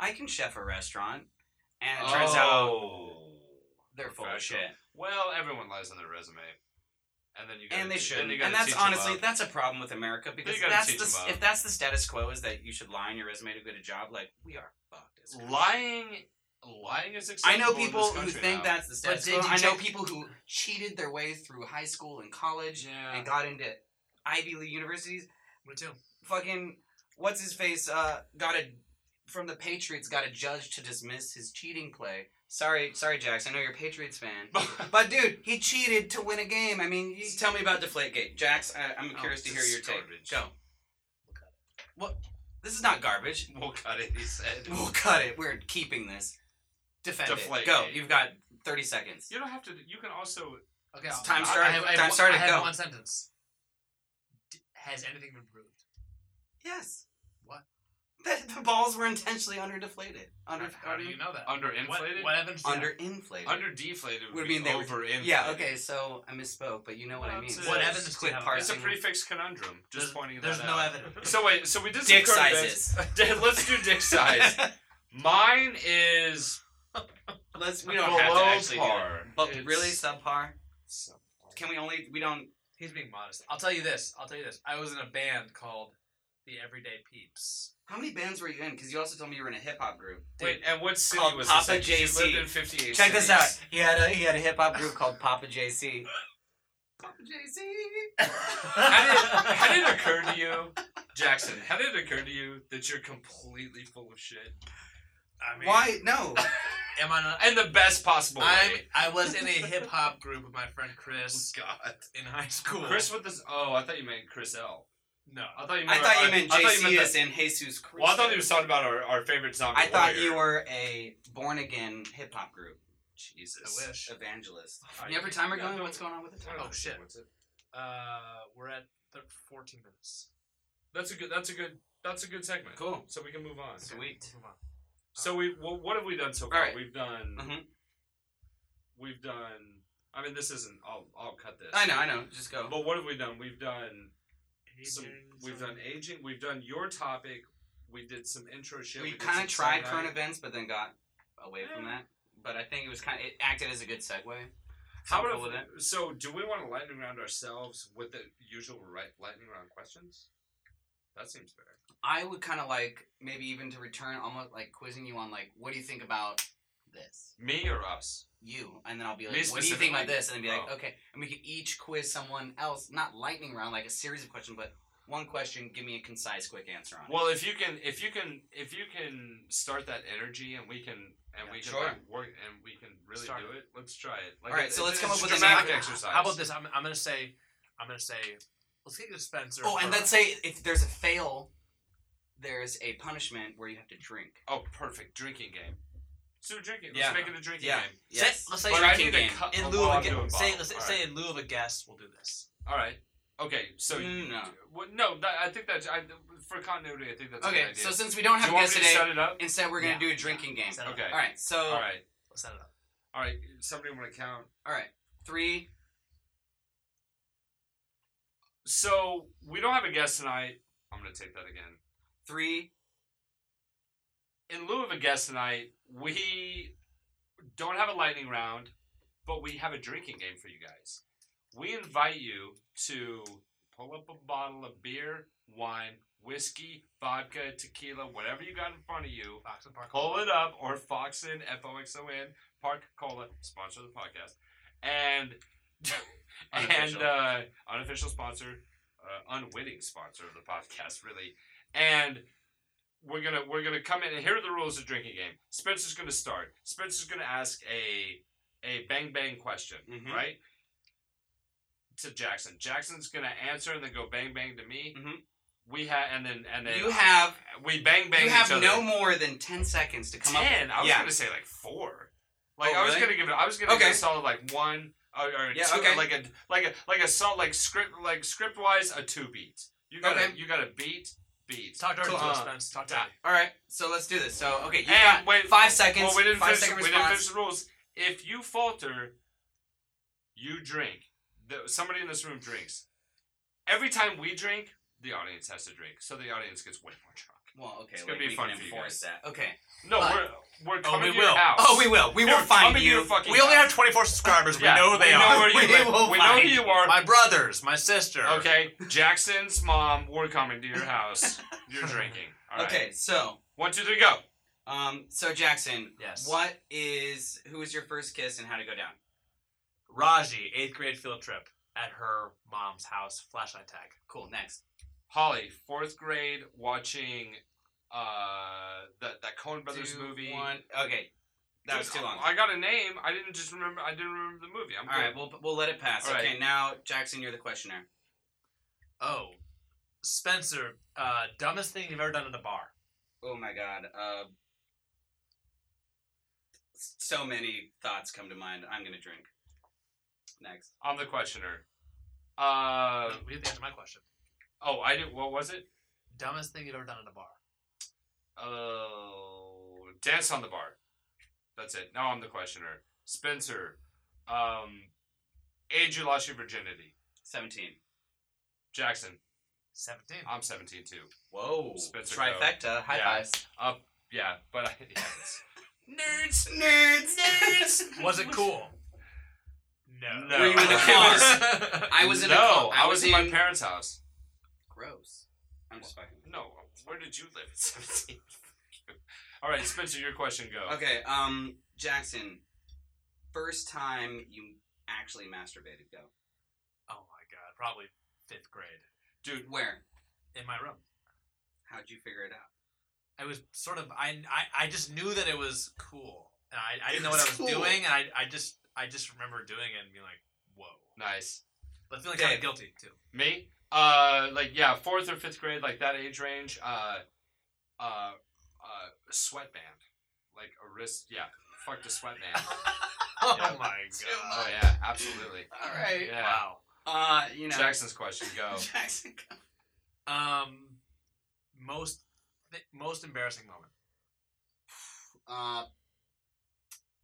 I can chef a restaurant," and it turns out
Oh.
they're full of shit,
professional. Well, everyone lies on their resume, and then you gotta
and they
te-
should.
Then you
And
gotta
that's
teach 'em
honestly
up.
that's a problem with America because
gotta
that's
teach
the,
'em up.
if that's the status quo is that you should lie on your resume to get a job, like we are fucked. as country.
lying. Lying is
I
acceptable.
know
in
people
this
who
country
think
now.
that's the status
did
quo.
you
I know
check-
people who cheated their way through high school and college
Yeah.
and got into Ivy League universities.
Me too.
Fucking what's his face? Uh, got a from the Patriots. Got a judge to dismiss his cheating play. Sorry, sorry, Jax. I know you're a Patriots fan, but dude, he cheated to win a game. I mean, you tell me about Deflategate, Jax. I, I'm
Oh,
curious to hear
this
your
is
take.
garbage.
Go. What? This is not garbage.
we'll cut it. He said.
We'll cut Oh, it. We're keeping this. Defend it. Go.
Deflategate.
You've got 30 seconds.
You don't have to. You can also.
Okay.
It's
I'll-
time
I-
started-
I have, I have
time
one,
started,
I have
go.
one sentence. D- has anything been proved?
Yes.
What?
The, the balls were intentionally underdeflated. Under,
How do you know that? What,
Underinflated?
what happens? to-
underinflated.
Underdeflated would
Would
be
mean they were-
overinflated.
yeah, okay, so I misspoke, but you know what
Well,
I mean.
it's a-
What
It's
evidence do
quit
you have?
parsing.
It's a prefix conundrum. Just
There's-
pointing that
There's
out.
no evidence.
So wait, so we did some
Dick
current
sizes.
events. Let's do dick size. Mine is
Let's. We
below
don't have to actually do it.
par.
But
It's-
really subpar. Can we only? We don't.
He's being modest. I'll tell you this. I'll tell you this. I was in a band called the Everyday Peeps.
How many bands were you in? Because you also told me you were in a hip hop group.
Wait, and what city
Called
was
Papa
this? in? 'Cause you
JC.
lived in 58
Check this
cities.
out. He had a he had a hip hop group called Papa JC. Papa JC.
How did, how did it occur to you, Jackson? How did it occur to you that you're completely full of shit
I mean,
Why? No.
am I not?
in the best possible
I'm,
way? Oh,
I was in a hip hop group with my friend Chris
God,
in high school.
Chris with this. Oh, I thought you meant Chris L.
no.
I thought you.
I
Meant
thought you meant
I thought
JC
you meant the-
as in Jesus Christ.
Well, I thought he was talking about our, our favorite zombie.
I thought
warrior.
you were a born again hip hop group
Jesus.
I wish.
evangelist.
I-
You have a timer
yeah,
going?
no.
What's going on with the timer?
Oh, shit.
What's it?
Uh, we're at th- 14 minutes.
That's a good. That's a good. That's a good segment.
Cool.
So we can move on.
Sweet.
Move on.
So we. Well, what have we done so far?
Alright.
We've done.
Mhm.
We've done. I mean, this isn't. I'll. I'll cut this.
I know. I know. Just go.
But what have we done? We've done. some,
Aging,
we've
some-
done aging. We've done your topic. We did some intro shit.
we
did
kind
some
of tried
side-eye.
current events, but then got away from that. But I think it was kind of it acted as a good segue.
How
Something cool
about
with it.
if, so? Do we want to lightning round ourselves with the usual right, lightning round questions? That seems fair.
I would kind of like maybe even to return almost like quizzing you on like what do you think about this
Me or us?
you and then I'll be
Me
like what do you think about
specifically?
this and then be like
Oh.
okay and we could each quiz someone else not lightning round like a series of questions but one question give me a concise quick answer on
Well, if you can, if you can, if you can start that energy, and we can, and
Yeah,
we can
sure.
like work, and we can really
Start.
do it. Let's try it. Like,
All right,
it's-
so
it's
let's come
a
up with an
dramatic
anchor.
exercise.
How about this? I'm, I'm gonna say, I'm gonna say, let's get a dispenser.
it. Oh, and
for-
let's say if there's a fail, there's a punishment where you have to drink.
Oh, perfect drinking game. Let's do a drinking.
Yeah.
Let's make it a drinking
Yeah.
game.
Say- let's say
But I
drinking
need
game.
to cut
in
a
lieu
lot
of
to
a
a
gu- say,
bottle.
let's
All
say
right.
in lieu of a guest, we'll do this.
All right. Okay. So
Mm, no.
Well, no, that, I think that's I, for continuity. I think that's a
Okay,
good idea.
so since we don't
do
have
you
a
want
guest
me to set
today,
it up?
instead we're gonna
Yeah.
do a drinking game.
Set it up.
Okay.
All right, so
All right.
Let's set it up.
All right. Somebody want to count?
all right, three.
So we don't have a guest tonight. I'm gonna take that again.
three.
In lieu of a guest tonight, we don't have a lightning round, but we have a drinking game for you guys. We invite you to pull up a bottle of beer, wine, whiskey, vodka, tequila, whatever you got in front of you.
Fox and Park.
Call it up or Foxin, F O X O N, Park Cola, sponsor of the podcast. And and
Unofficial.
uh, unofficial sponsor, uh, unwitting sponsor of the podcast, really. And we're gonna we're gonna come in and here are the rules of drinking game. Spencer's gonna start. Spencer's gonna ask a a bang bang question,
Mhm.
right? To Jackson. Jackson's gonna answer and then go bang bang to me.
Mhm.
We have and then and then
You have
we bang bang.
you
each
have
other.
no more than ten seconds to come up.
ten. I was
yeah.
gonna say like four. Like
Oh,
I was
really?
gonna give it. I was gonna give
Okay.
it a solid like one or, or
Yeah,
two.
okay.
Like a like a like a solid like script like script wise a two beat. You got to
Okay.
you got to beat beat.
Talk dirty to
Uh,
us, Spence. Talk dirty.
All right, so let's do this. So okay, you
And
got
wait,
five seconds.
well, we didn't
five
finish.
second
We didn't
response.
finish the rules. If you falter, you drink. The, somebody in this room drinks. Every time we drink, the audience has to drink, so the audience gets way more drunk.
Well, okay,
It's
like,
gonna be
we
fun
can
for you
enforce that. Okay.
No,
But-
we're we're
Oh,
coming
we
to your
will.
house.
Oh, we will. We will
We're
find
coming to your
you.
fucking
We only
house.
have 24 subscribers. We
Yeah,
know they
we
are.
Know where
We
you live.
will
we know who
find
you are.
My brothers, my sister.
Okay, Jackson's mom, we're coming to your house. You're drinking. All right.
Okay, so
One, two, three, go.
um, so Jackson,
Yes.
what is who was your first kiss and how to go down?
Raji, eighth grade field trip at her mom's house. Flashlight tag.
Cool. Next.
Holly, fourth grade, watching uh that that Coen Brothers
Two,
movie.
One. Okay, that was
Dude,
too long.
I got a name. I didn't just remember. I didn't remember the movie. I'm
All right,
good.
we'll we'll let it pass.
All right.
Okay, now Jackson, you're the questioner.
Oh, Spencer, uh, dumbest thing you've ever done at a bar.
Oh my god. Uh, so many thoughts come to mind. I'm gonna drink. Next.
I'm the questioner. Uh
we have to answer my question.
oh, I didn't. What was it?
Dumbest thing you've ever done at a bar.
Oh, dance on the bar. That's it. Now I'm the questioner. Spencer, um, age you lost your virginity.
17.
Jackson,
17.
I'm 17 too.
Whoa.
Spencer
Trifecta. High
Yeah.
fives.
Yeah, but I, yeah, it's-
Nerds. Nerds. Nerds.
Was it cool? No.
No.
Were you in a
car?
I was in
no,
a club.
I was in my
in-
parents' house.
Gross. I'm just fucking.
No, where did you live at 17? All right, Spencer, your question go.
Okay, um, Jackson, first time you actually masturbated, go.
oh my god, probably fifth grade
Dude,
Where?
in my room.
How'd you figure it out?
I was sort of I I, I just knew that it was cool, and I, I
It
didn't know what I
was
was
cool.
doing, and I, I just I just remember doing it and being like, whoa,
nice.
but feeling kind
Dave.
of guilty too.
Me? Uh, like yeah, fourth or fifth grade, like that age range. Uh, uh, uh, sweatband, like a wrist. Yeah, fuck the sweatband.
Oh
Yeah.
my
oh
god!
yeah, absolutely.
All right.
Yeah.
Wow.
Uh, you know.
Jackson's question go.
Jackson, go.
Um, most th- most embarrassing moment.
Uh,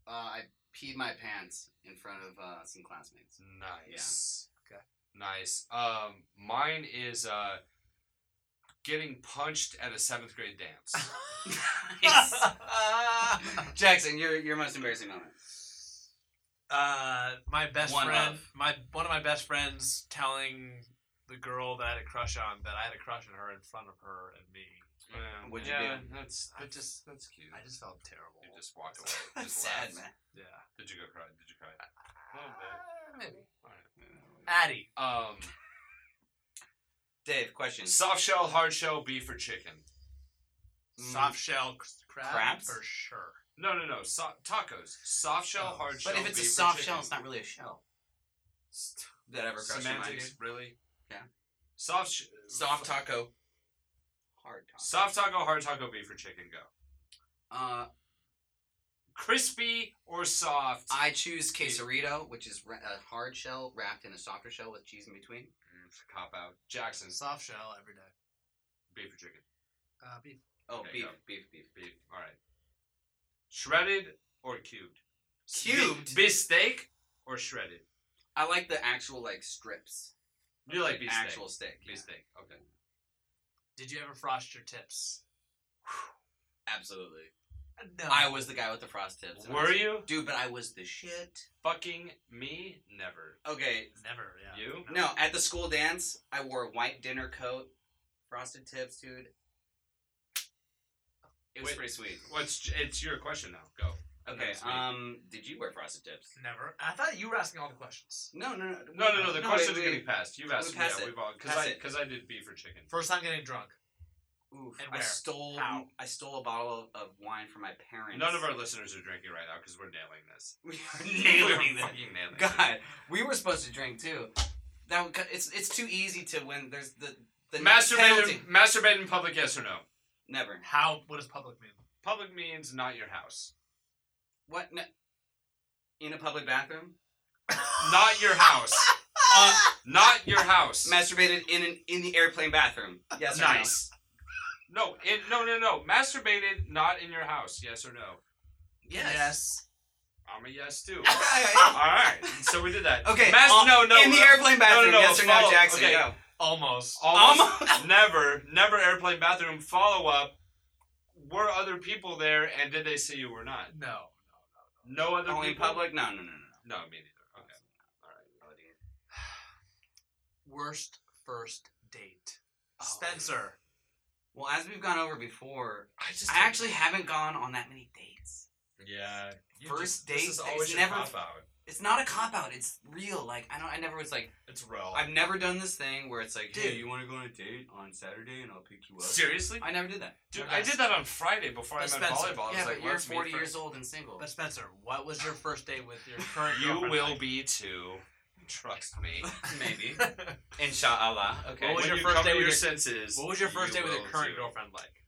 uh, I peed my pants in front of uh, some classmates.
Nice.
Yeah. Okay.
Nice. Um, mine is uh, getting punched at a seventh grade dance.
Nice. Jackson, your your most embarrassing moment.
uh, my best
One
friend,
of.
my one of my best friends, telling the girl that I had a crush on that I had a crush on her in front of her and me.
Yeah,
What'd you
yeah, That's
I
that's,
just-
that's cute.
I just felt terrible.
you just walked away. Just laughed.
yeah.
Did you go cry? Did you cry?
Uh, maybe.
All right.
Addie.
Um,
Dave, question.
soft shell, hard shell, beef or chicken?
Mm.
Soft shell c- crab
Crabs?
for sure.
No, no, no. So- tacos. Soft shell,
Oh.
hard shell.
But if it's a
beef or
soft
chicken?
shell, it's not really a shell. That ever crossed your mind?
semantics, really?
Yeah.
Soft. Sh-
Soft taco. Hard taco.
Soft taco, hard taco, beef or chicken? Go.
Uh,
Crispy or soft?
I choose quesarito, which is ra- a hard shell wrapped in a softer shell with cheese in between.
Mm, it's a cop out. Jackson's
Soft shell every day.
beef or chicken?
Uh, beef.
Oh,
Okay,
beef,
go.
beef, beef.
Beef. All right. Shredded or cubed?
Cubed?
Bi- steak or shredded?
I like the actual like strips.
You like beef
actual
steak?
steak. yeah.
Beef steak. Okay.
Did you ever frost your tips?
Absolutely.
Uh, No.
I was the guy with the frost tips. and I
Were
was-
you
Dude, but I was the shit.
fucking me? Never.
Okay.
never. Yeah.
You?
No, at the school dance, I wore a white dinner coat, frosted tips, dude. It was
Wait.
pretty sweet.
What's it's your question now? Go.
Okay.
That's me.
Um, did you wear frosted tips?
Never. I thought you were asking all the questions.
No, no, no.
No, no, no. The question's
wait,
gonna be
wait.
passed. You've
We
asked.
pass
yeah,
it.
we've all because
Pass
I
it.
because I did beef or chicken.
First time getting drunk.
Oof,
And
I
where?
stole
How?
I stole a bottle of, of wine from my parents.
None of our listeners are drinking right now because we're nailing this.
we are
We're
nailing them.
Fucking nailing this.
God, we were supposed to drink too. That would, cut- it's it's too easy to win. There's the the penalty.
Masturbate, masturbate in public, yes or no?
Never.
How? What does public mean?
Public means not your house.
What? No. In a public bathroom.
Not your house.
Uh,
Not your house.
masturbated in an in the airplane bathroom. Yes. Or no?
nice. No, it, no, no, no. Masturbated not in your house, yes or no?
Yes.
I'm a yes too. All
Okay.
right, so we did that.
Okay,
Mas-
uh,
no, no.
in the
no,
airplane
no,
bathroom.
no,
yes or no,
follow-
Jackson?
okay.
Go.
Almost.
Almost, never, never airplane bathroom. Follow up. Were other people there, and did they see you or not?
No.
No other
Only in
people.
public? No, no, no, no.
No,
no.
me neither. Okay.
Worst first date. Spencer.
Well, as we've gone over before,
Oh, I just
I actually haven't gone on that many dates.
Yeah. you
First
this
date
is
is
always your
never-
cop-out.
It's not a cop out. It's real. Like I don't. I never was like.
It's real.
I've never done this thing where it's like, hey,
Dude.
you want to go on a date on Saturday and I'll pick you up.
Seriously?
I never did that.
Dude,
Yes.
I did that on Friday before I met
But Spencer,
volleyball. I was
yeah,
like,
but you're
let's meet
40
first.
years old and single.
But Spencer, what was your first date with your current
You
girlfriend
will
like?
be too. Trust me.
Maybe. Inshallah. Okay.
What was
When
your
you
first
come
date
to
with
your
your-
senses?
What was your first
you
date with your
will
current
too.
girlfriend like?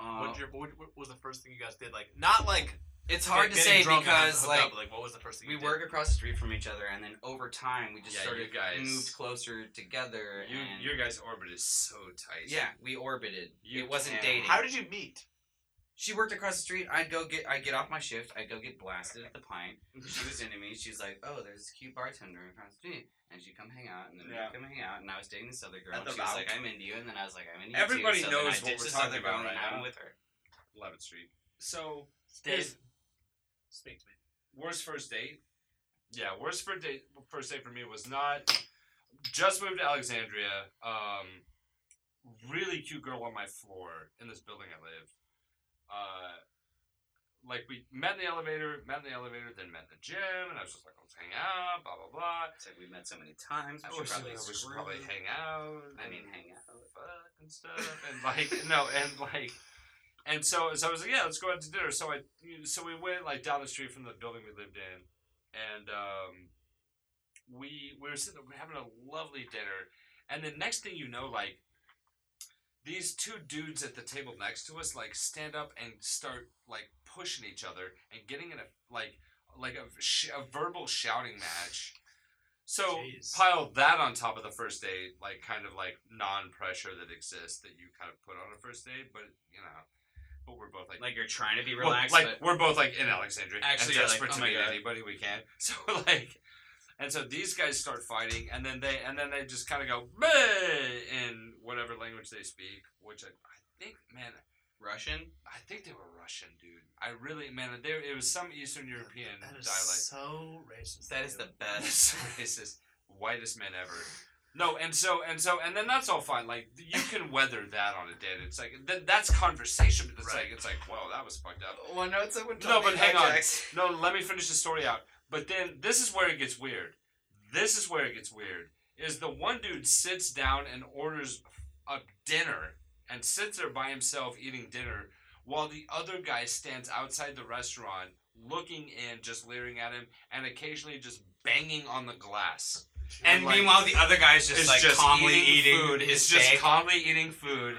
Uh,
What, your, what, what was the first thing you guys did? Like, not like
it's hard to
getting
say
drunk and having
because
to hook
like
up, like what was the first thing
we
you
work across the street from each other, and then over time we just
Yeah,
sort
you
of
guys-
moved closer together.
You
and
your guys' orbit is so tight.
Yeah, we orbited.
You
it wasn't
can't-
dating.
How did you meet?
she worked across the street. I'd go get I'd get off my shift. I'd go get blasted at the pint.
Mm-hmm.
She was into me. She's like, oh, there's this cute bartender in front of me. And she'd come hang out, and then
Yeah.
we'd come hang out. And I was dating this other girl.
At the
And she was
Mount.
like, I'm into you. And then I was like, I'm into you.
Everybody
too. So
knows
then I
what
ditched
we're
this
talking
other
about
girl, and
right
I'm
now.
with her.
11th Street. So,
Dave, speak to me.
worst first date? Yeah, worst first date, first date for me was not. Just moved to Alexandria. Um, really cute girl on my floor in this building I live. Uh, like we met in the elevator, met in the elevator, then met in the gym, and I was just like, let's hang out, blah blah blah.
It's like we met so many times.
I
We
wish
should probably,
we should
screw.
probably hang out.
I mean,
and-
hang out.
fuck and stuff and like no and like and so so I was like yeah let's go out to dinner so I so we went like down the street from the building we lived in and um we we were sitting there having a lovely dinner and the next thing you know like these two dudes at the table next to us like stand up and start like pushing each other and getting in a like like a, sh- a verbal shouting match so
Jeez.
pile that on top of the first date like kind of like non-pressure that exists that you kind of put on a first date but you know but we're both like
Like you're trying to be
well,
relaxed,
like we're both like in Alexandria, and
Actually, you're
desperate
like,
to
"Oh my
meet
God."
anybody we can. So like, and so these guys start fighting, and then they and then they just kind of go "Bleh," in whatever language they speak, which I, I think, man,
but Russian.
I think they were Russian, dude. I really, man, there it was some Eastern European
That
dialect.
is so racist.
That is the best.
That's racist, whitest man ever. No, and so and so and then that's all fine. Like you can weather that on a date. It's like th- that's conversation, but it's
Right.
like it's like wow, that was fucked up.
Well, no, someone
No, but hang on. No, let me finish the story out. But then this is where it gets weird. This is where it gets weird. Is the one dude sits down and orders a dinner and sits there by himself eating dinner while the other guy stands outside the restaurant looking in, just leering at him, and occasionally just banging on the glass.
And
Like-
meanwhile, the other guy's just
It's
like calmly eating,
food.
his
It's just
steak.
calmly eating food.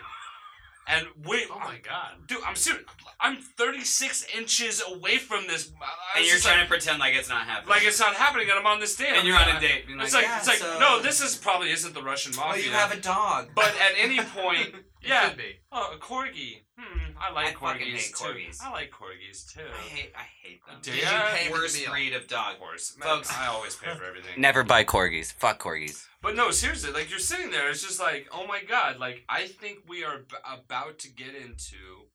And we,
Oh my god.
dude, I'm serious. I'm 36 inches away from this. I- I
and
was
you're
just
trying to pretend like it's not happening.
like it's not happening, and I'm on this date.
and you're on a date. And
It's like
yeah,
it's like
so-
no, this is probably isn't the Russian
Oh,
mafia.
you have a dog.
but at any point,
It
yeah.
could be.
Oh, a corgi. Hmm, I like
I
corgis
fucking hate
too.
corgis.
I like corgis too.
I hate, I hate them.
Do
Did
ya?
you pay for the
Worst
meal?
breed of dog.
Of course,
Folks.
I always pay for everything.
Never buy corgis. Fuck corgis.
But no, seriously, like you're sitting there, it's just like, oh my god, like I think we are b- about to get into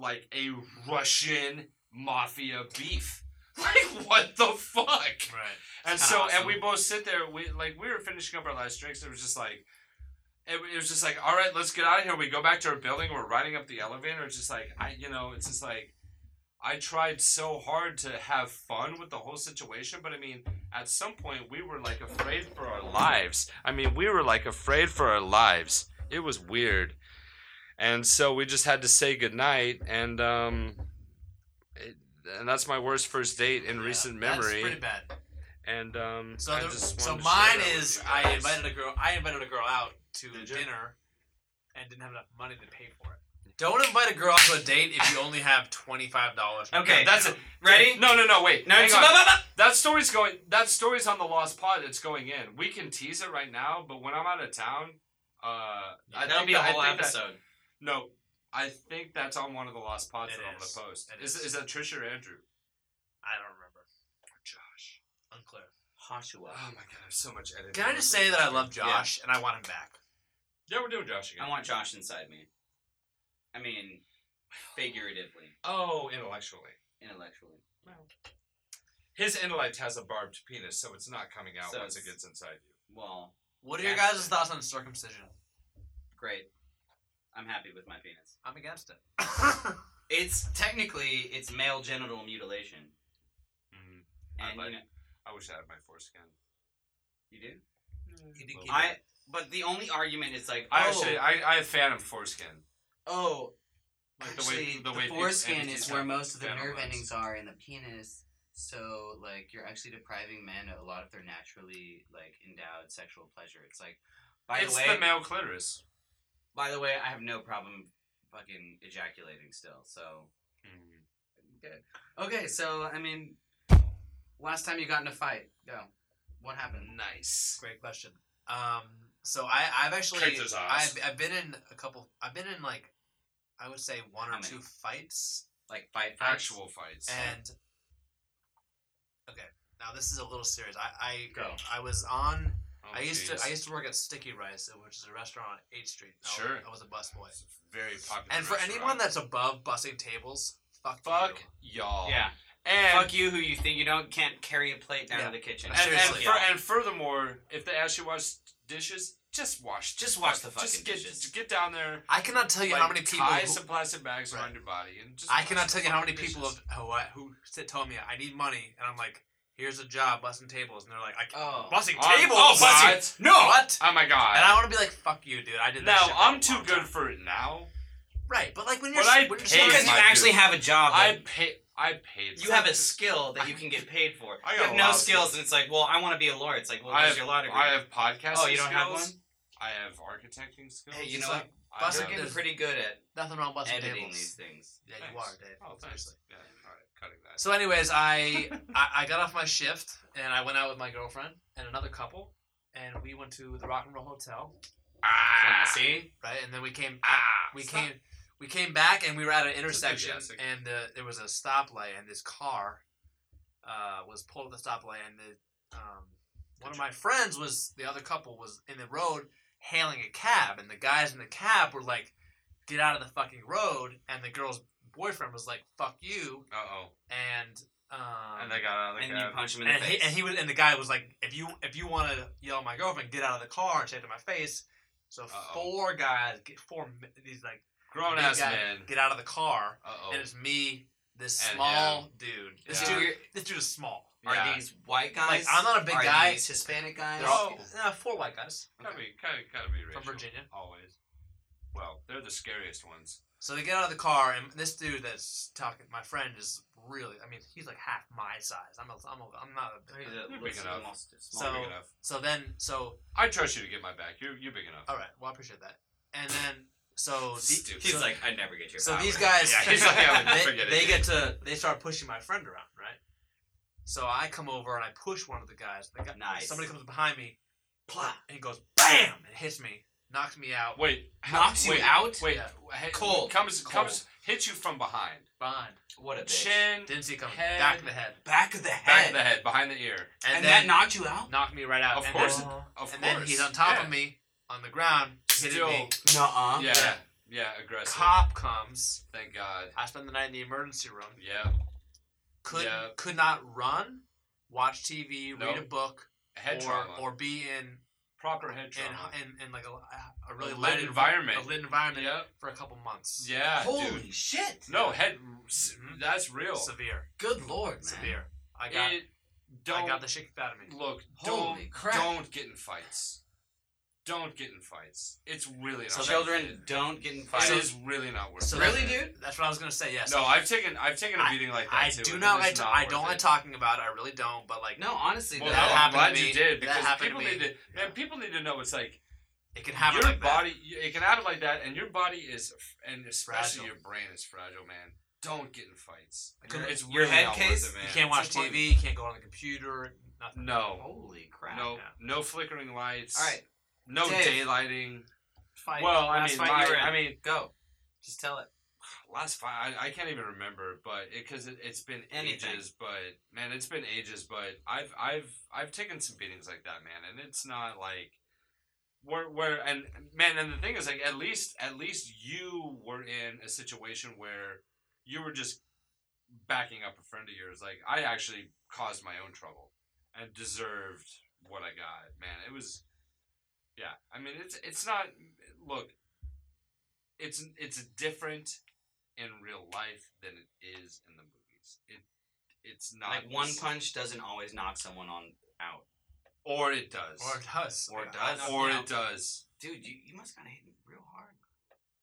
like a Russian mafia beef. Like what the fuck?
Right.
And
It's
so,
kinda
and we
awesome.
both sit there. We like we were finishing up our last drinks. It was just like, it, it was just like, all right, let's get out of here. We go back to our building. We're riding up the elevator. It's just like I, you know, it's just like I tried so hard to have fun with the whole situation, but I mean, at some point, we were like afraid for our lives. I mean, we were like afraid for our lives. It was weird, and so we just had to say goodnight. And um, it, and that's my worst first date in
Yeah,
recent
that's
memory.
pretty bad.
And um,
So,
I
the,
just
so
wanted to share
mine
that with
is
you
I
guys.
invited a girl. I invited a girl out to
Did you?
dinner, and didn't have enough money to pay for it. Don't invite a girl out to a date if you only have twenty five dollars.
Okay.
That's it.
Ready?
No, no, no. Wait.
No,
hang
it's-
on.
blah, blah, blah.
That story's going. That story's on the lost pod. It's going in. We can tease it right now, but when I'm out of town, uh, I
that'll
think
be a
that- I
whole
think that-
episode.
no, I think that's on one of the lost pods
It
that I'm
is.
gonna post.
It
Is,
is.
is that Trisha or Andrew?
I don't remember.
Josh.
Unclear.
Hoshua.
Oh my god, I have so much editing.
Can I just say that I love Josh and I want him back?
Yeah, we're doing Josh again.
I want Josh inside me. I mean, figuratively,
oh, intellectually.
intellectually.
His intellect has a barbed penis, so it's not coming out
So
once it
it's-
gets inside you.
Well,
What are your
Yes.
guys' thoughts on circumcision?
great. I'm happy with my penis.
I'm against it.
It's technically it's male genital mutilation.
Mm, I
And
like-
you, know,
I wish I had my foreskin.
you do.
You didn't
I. But the only argument is like, oh,
I actually, I, I phantom foreskin.
oh,
Like the way-
Actually,
the way people-
foreskin
entities
is where
have
most of the
vaginal
nerve
glands.
endings are in the penis. So, like, you're actually depriving men of a lot of their naturally like endowed sexual pleasure. It's like,
by
it's
the way,
the male clitoris.
by the way, I have no problem fucking ejaculating still. So
okay, so I mean, last time you got in a fight, go. What happened?
Nice.
Great question. Um, So I, I've actually,
Kicked his ass.
I've, I've been in a couple. I've been in like, I would say one or
How many?
two fights,
Like fight fights.
Actual fights.
and okay, now this is a little serious. I,
Go.
I, I was on.
Oh,
I used
jeez.
to, I used to work at Sticky Rice, which is a restaurant on Eighth Street. I was-
Sure.
I was a busboy.
It's a very popular.
And for
restaurant.
anyone that's above bussing tables, fuck,
fuck
you.
y'all.
Yeah.
And
Fuck you, who you think you don't can't carry a plate down
Yeah.
to the kitchen.
and, and,
Seriously.
fur- and furthermore, if they ask you to wash dishes, just wash.
Just wash the
Just
fucking
get
dishes.
get down there.
I cannot tell you how
like,
many people.
tie
who-
some plastic bags
Right.
around your body and just.
I
wash
cannot
the
tell you how
fucking
many people
dishes.
have who, I, who said, told me I need money, and I'm like, here's a job bussing tables, and they're like, I can't.
oh.
Bussing
Oh,
tables?
oh,
Bussing-
what?
No. What?
Oh my god.
And I want to be like, fuck you, dude. I did. that
now
shit for
I'm
a
too
long
good
time.
for it now.
Right, but like when you're,
But I
when you're
paid
so-
Because you
my
actually
dude.
have a job.
I
that
pay. I paid.
you have a skill that you can get paid for.
I got a
you have
lot
no
of
skills,
skills.
and it's like, well, I want to be a lawyer. It's like, well,
I
where's
have,
your law degree?
I have podcasting
Oh, you don't have
skills.
one?
I have architecting skills.
Hey, you
It's
know
like,
I
what?
Buster
You're
have-
getting
There's-
pretty good at
nothing wrong with bussing
editing
tables.
these things.
Yeah, you
Thanks.
are, Dave.
Oh, thanks.
seriously.
Yeah, all right, cutting that.
So, anyways, I, I I got off my shift and I went out with my girlfriend and another couple, and we went to the Rock and Roll Hotel,
ah,
See?
right? And then we came
ah,
we
stop.
came we came back and we were at an intersection
enthusiastic.
and uh, there was a stoplight and this car uh, was pulled at the stoplight and the, um, one of my friends was the other couple was in the road hailing a cab and the guys in the cab were like get out of the fucking road and the girl's boyfriend was like fuck you
Uh oh.
and um,
And they got out of the
And you
cab.
punch him in the
and he,
face.
and he was and the guy was like if you if you want to yell at my girlfriend get out of the car and say it to my face so
Uh-oh.
four guys get four mi- these like
Grown
big
ass
guy
man.
get out of the car,
Uh oh.
and it's me, this
And
small dude. This
Yeah.
dude, this dude is small.
Are
Yeah.
these white guys?
I'm not a big
Are
guy.
These Hispanic guys.
They're all
Oh.
uh, four white guys
Gotta be, gotta, gotta be racial.
from Virginia.
Always. Well, they're the scariest ones.
So they get out of the car, and this dude that's talking, my friend is really, I mean, he's like half my size. I'm a, I'm, a, I'm not a big.
He's a
You're big
little
enough.
small- small
So-
You're
guy.
big enough.
So then, so
I trust you to get my back. You're, you're big enough.
all right, well I appreciate that. And then so the,
Stupid.
he's
so,
like, I never get your.
so
power."
these guys,
Yeah, he's like, I would
they,
forget it,
they
dude.
get to they start pushing my friend around, right? So I come over and I push one of the guys. The guy,
Nice.
Somebody comes behind me,
Plop.
and he goes bam and hits me, knocks me out.
Wait. how-
knocks you
wait,
out.
Wait.
Yeah.
Hey,
Cold.
Comes,
Cold.
comes, hits you from behind.
Behind.
What a bitch.
Chin,
Didn't see it coming.
Head.
Back of the head.
Back of the
back
head.
of the head, behind the ear.
And,
And that
then
knocked you out.
knocked me right out.
Of
and
course.
Then,
Of
and
course.
then he's on top
yeah.
of me on the ground, hitting
Still,
me.
Nuh-uh.
Yeah. Yeah.
Yeah.
aggressive.
Cop comes.
Thank God.
I spend the night in the emergency room.
Yeah.
Could
Yeah.
could not run, watch TV,
Nope.
read a book,
Head
or
trauma.
or be in
proper head
in,
trauma.
in, in like a, a really
lit
lighted
environment.
a lit environment
Yep.
for a couple months.
Yeah,
Holy
dude.
shit.
No, head. s-
Mhm.
That's real.
Severe,
Good lord, man.
severe. I got
It-
I
don't
got the shit kicked out of me.
look.
Holy
don't
crap.
don't get in fights. Don't get in fights. It's really not.
So
worth
Children
it.
don't get in
It
fights.
So-
is really not worth
So
it.
Really, dude?
That's what I was gonna say. Yes.
No, I've taken I've taken a beating like that
I
too.
do
and
not
it
like.
is
To, I
worth
don't
it.
like talking about it. I really don't. But like,
No, honestly,
Well,
though,
that
no,
happened to
I'm glad
me.
you did
That
because
happened to
people
me.
need to
Yeah.
man, people need to know it's like
it can happen.
your
like that.
body it can happen like that and your body is and especially
Fragile.
your brain is fragile, man. Don't get in fights.
I couldn't-
It's
your
really
head
not
case,
worth it, man.
You can't watch
It's important.
TV. You can't go on the computer. Nothing.
No,
Holy crap.
no,
yeah.
no flickering lights.
All right.
No
Dave.
daylighting.
Fight.
Well, I
Last
mean,
fight
my-
you were in.
I mean,
go. Just tell it.
last fight I, I can't even remember, but because it, has been
Anything.
ages. But man, it's been ages. But I've I've I've taken some beatings like that, man, and it's not like where where and man, and the thing is, like at least at least you were in a situation where you were just backing up a friend of yours. Like I actually caused my own trouble and deserved what I got. Man, it was yeah. I mean, it's it's not look. It's it's different in real life than it is in the movies. It it's not
Like one punch doesn't always knock someone on out.
or it does,
Or it does.
Or it
or,
does.
it does.
Dude, you, you must gotta hit me real hard.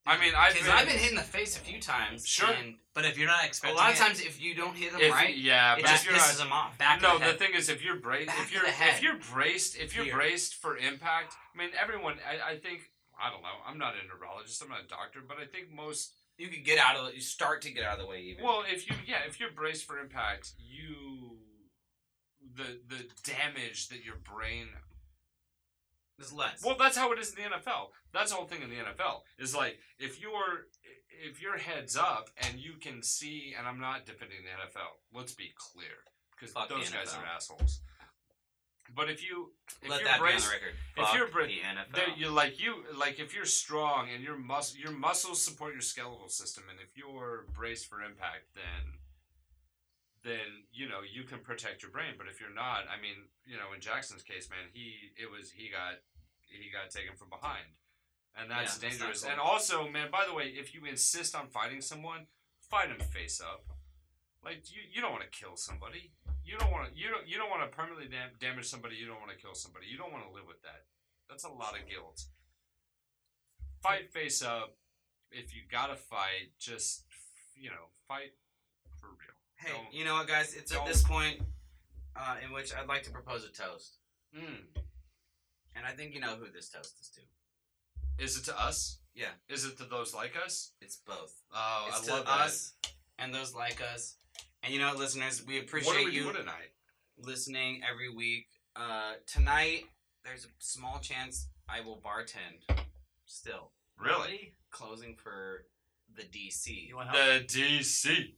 I mean, I've
Because
been,
I've been hit in the face a few times.
Sure.
And
But if you're not
a
expecting
lot of
it-
times, if you don't hit them
if,
right,
yeah,
it
but
just
if you're not,
pisses them off.
back
no,
of the head.
thing is, if you're braced,
Back
if
of
you're
the head.
if you're braced, if you're
Here.
braced for impact, I mean, everyone. I, I think I don't know. I'm not a neurologist. I'm not a doctor, but I think most.
you could get out of it. You start to get out of the way even.
Well, if you yeah, if you're braced for impact, you the the damage that your brain
There's less.
Well, that's how it is in the NFL. That's the whole thing in the NFL. Is like if you're if your head's up and you can see, and I'm not defending the NFL. Let's be clear, because
Fuck the
those guys
NFL.
are assholes. But if you if
Let
you're
that
braced,
be on the record.
if
Fuck
you're bra-
the NFL,
that you like you like if you're strong and your mus- your muscles support your skeletal system, and if you're braced for impact, then then you know you can protect your brain. But if you're not, I mean, you know, in Jackson's case, man, he it was he got he got taken from behind, and
Yeah,
that's
that's not
dangerous.
cool.
And also, man, by the way, if you insist on fighting someone, fight him face up. Like you, you don't want to kill somebody. You don't want to. You don't. You don't want to permanently dam- damage somebody. You don't want to kill somebody. You don't want to live with that. That's a lot of guilt. Fight face up. If you gotta fight, just you know, fight for real.
hey,
don't-
you know what, guys? It's at
don't-
this point uh, in which I'd like to propose a toast, Hmm.
Mm.
and I think you know who this toast is to.
Is it to us?
Yeah.
Is it to those like us?
It's both.
Oh,
it's
I
to
love that.
us and those like us. And you know, what, listeners, we appreciate
what do we
you
do tonight?
listening every week. Uh, tonight, there's a small chance I will bartend. Still
Really?
closing for the DC.
You want
The
help?
DC.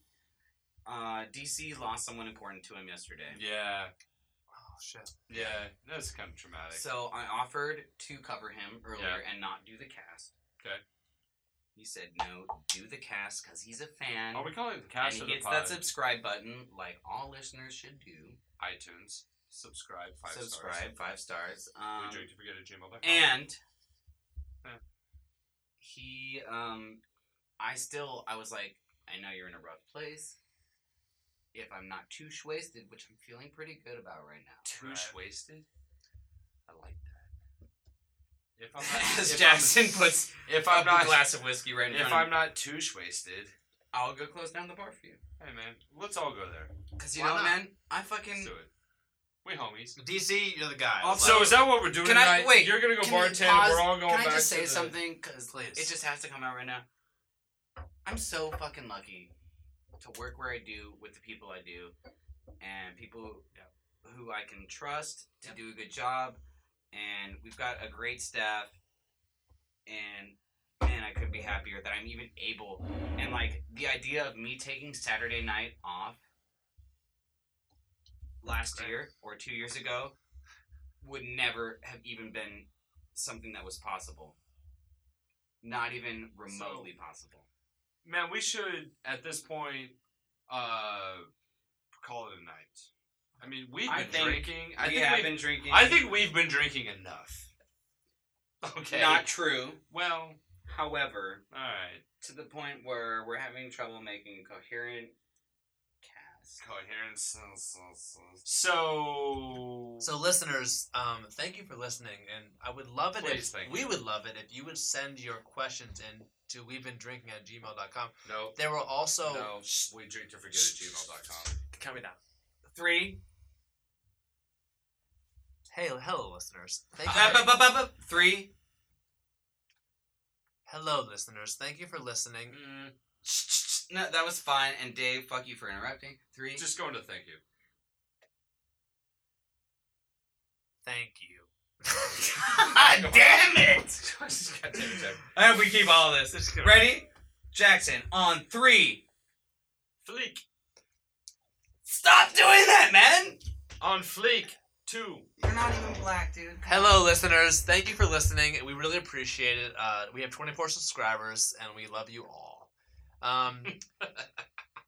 Uh, DC lost someone important to him yesterday.
Yeah.
oh shit.
Yeah. That's kind of traumatic.
So I offered to cover him earlier
Yeah.
and not do the cast.
'Kay.
He said no, do the cast because he's a fan.
Are Oh, we calling it the
and
cast
he
of the
hits that
pod?
subscribe button like all listeners should do.
iTunes. Subscribe. Five
subscribe,
stars.
five stars.
We
Um,
drink to forget at gmail.com.
and
Huh.
he, um, I still, I was like, I know you're in a rough place. If I'm not too wasted, which I'm feeling pretty good about right now.
Too
Right.
wasted.
I like
If I'm
that.
not,
As
if
Jackson puts
I'm, if I'm not,
of whiskey right
if I'm not too wasted.
I'll go close down the bar for you.
Hey man, let's all go there.
Cause you
Why
know,
not?
man, I
Let's
fucking
do it. We homies.
DC, you're the guy.
Also-
So is that what we're doing
Can I-
tonight?
wait,
You're gonna go
can we
bartend.
pause-
We're all going
can I
back
just
to
say
the-
something? Cause
please.
it just has to come out right now. I'm so fucking lucky to work where I do with the people I do, and people who I can trust to do a good job, and we've got a great staff, and man, I couldn't be happier that I'm even able, and like the idea of me taking Saturday night off last
Right.
year or two years ago would never have even been something that was possible. Not even remotely possible.
Man, we should at this point uh call it a night. I mean, we've
I
been
think
drinking. I
we
think
have
we've,
been drinking.
I think we've been drinking enough. Okay.
not true.
well,
However,
all right.
to the point where we're having trouble making coherent cast.
Coherence. So.
So, listeners, um, thank you for listening, and I would love it
Please,
if
thank
we
you.
would love it if you would send your questions in to we've been drinking at gmail.com.
no.
There were also
No. We drink to forget at gmail.com.
Count me down.
Three.
Hey, hello, listeners. Thank you.
Up, up, up, up, up. Three.
hello, listeners. Thank you for listening.
Mm,
No, that was fine. And Dave, fuck you for interrupting. Three.
just going to thank you.
Thank you.
God damn it!
Just gotta take a sec.
I hope we keep all this. Ready? Jackson, on three.
Fleek.
Stop doing that, man!
On Fleek. Two.
You're not even black, dude.
Hello, listeners. Thank you for listening. We really appreciate it. Uh, we have 24 subscribers, and we love you all. Um,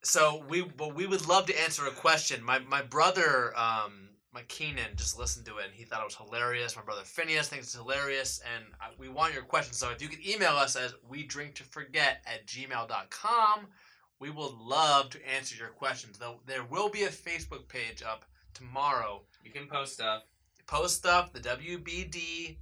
so we, but we would love to answer a question. My my brother, um, my Keenan, just listened to it, and he thought it was hilarious. My brother Phineas thinks it's hilarious, and uh, we want your questions. So if you could email us as we drink to forget at gmail.com, we would love to answer your questions. Though there will be a Facebook page up tomorrow
You can post stuff.
post stuff, the WBD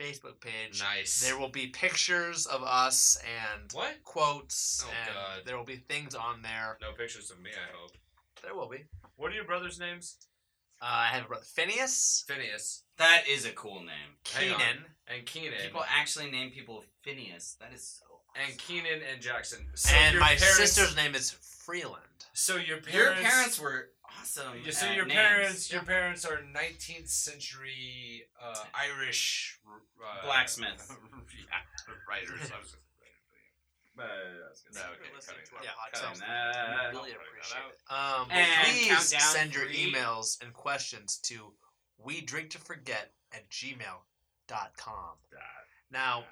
Facebook page.
Nice.
There will be pictures of us and
what?
quotes,
Oh,
and
God.
there will be things on there.
No pictures of me, I hope.
There will be.
What are your brothers' names?
Uh, I have a brother Phineas,
Phineas
That is a cool name.
Hang on.
Keenan,
and Keenan.
People actually name people Phineas. That is so
and Keenan and Jackson. So
and
your
my
parents-
sister's name is Freeland.
So your parents.
Your parents were awesome.
Yeah, so
at
your
names.
parents, your parents are 19th century uh, Irish uh,
Blacksmith.
yeah, writers. I was gonna say
Uh, I was gonna
No,
say,
okay, cut it.
our
Yeah,
cutting
podcast.
that.
really
I'll figure
appreciate
that
it. Um,
And
please
countdown
send your
three.
emails and questions to we drink to forget at gmail.com. Now,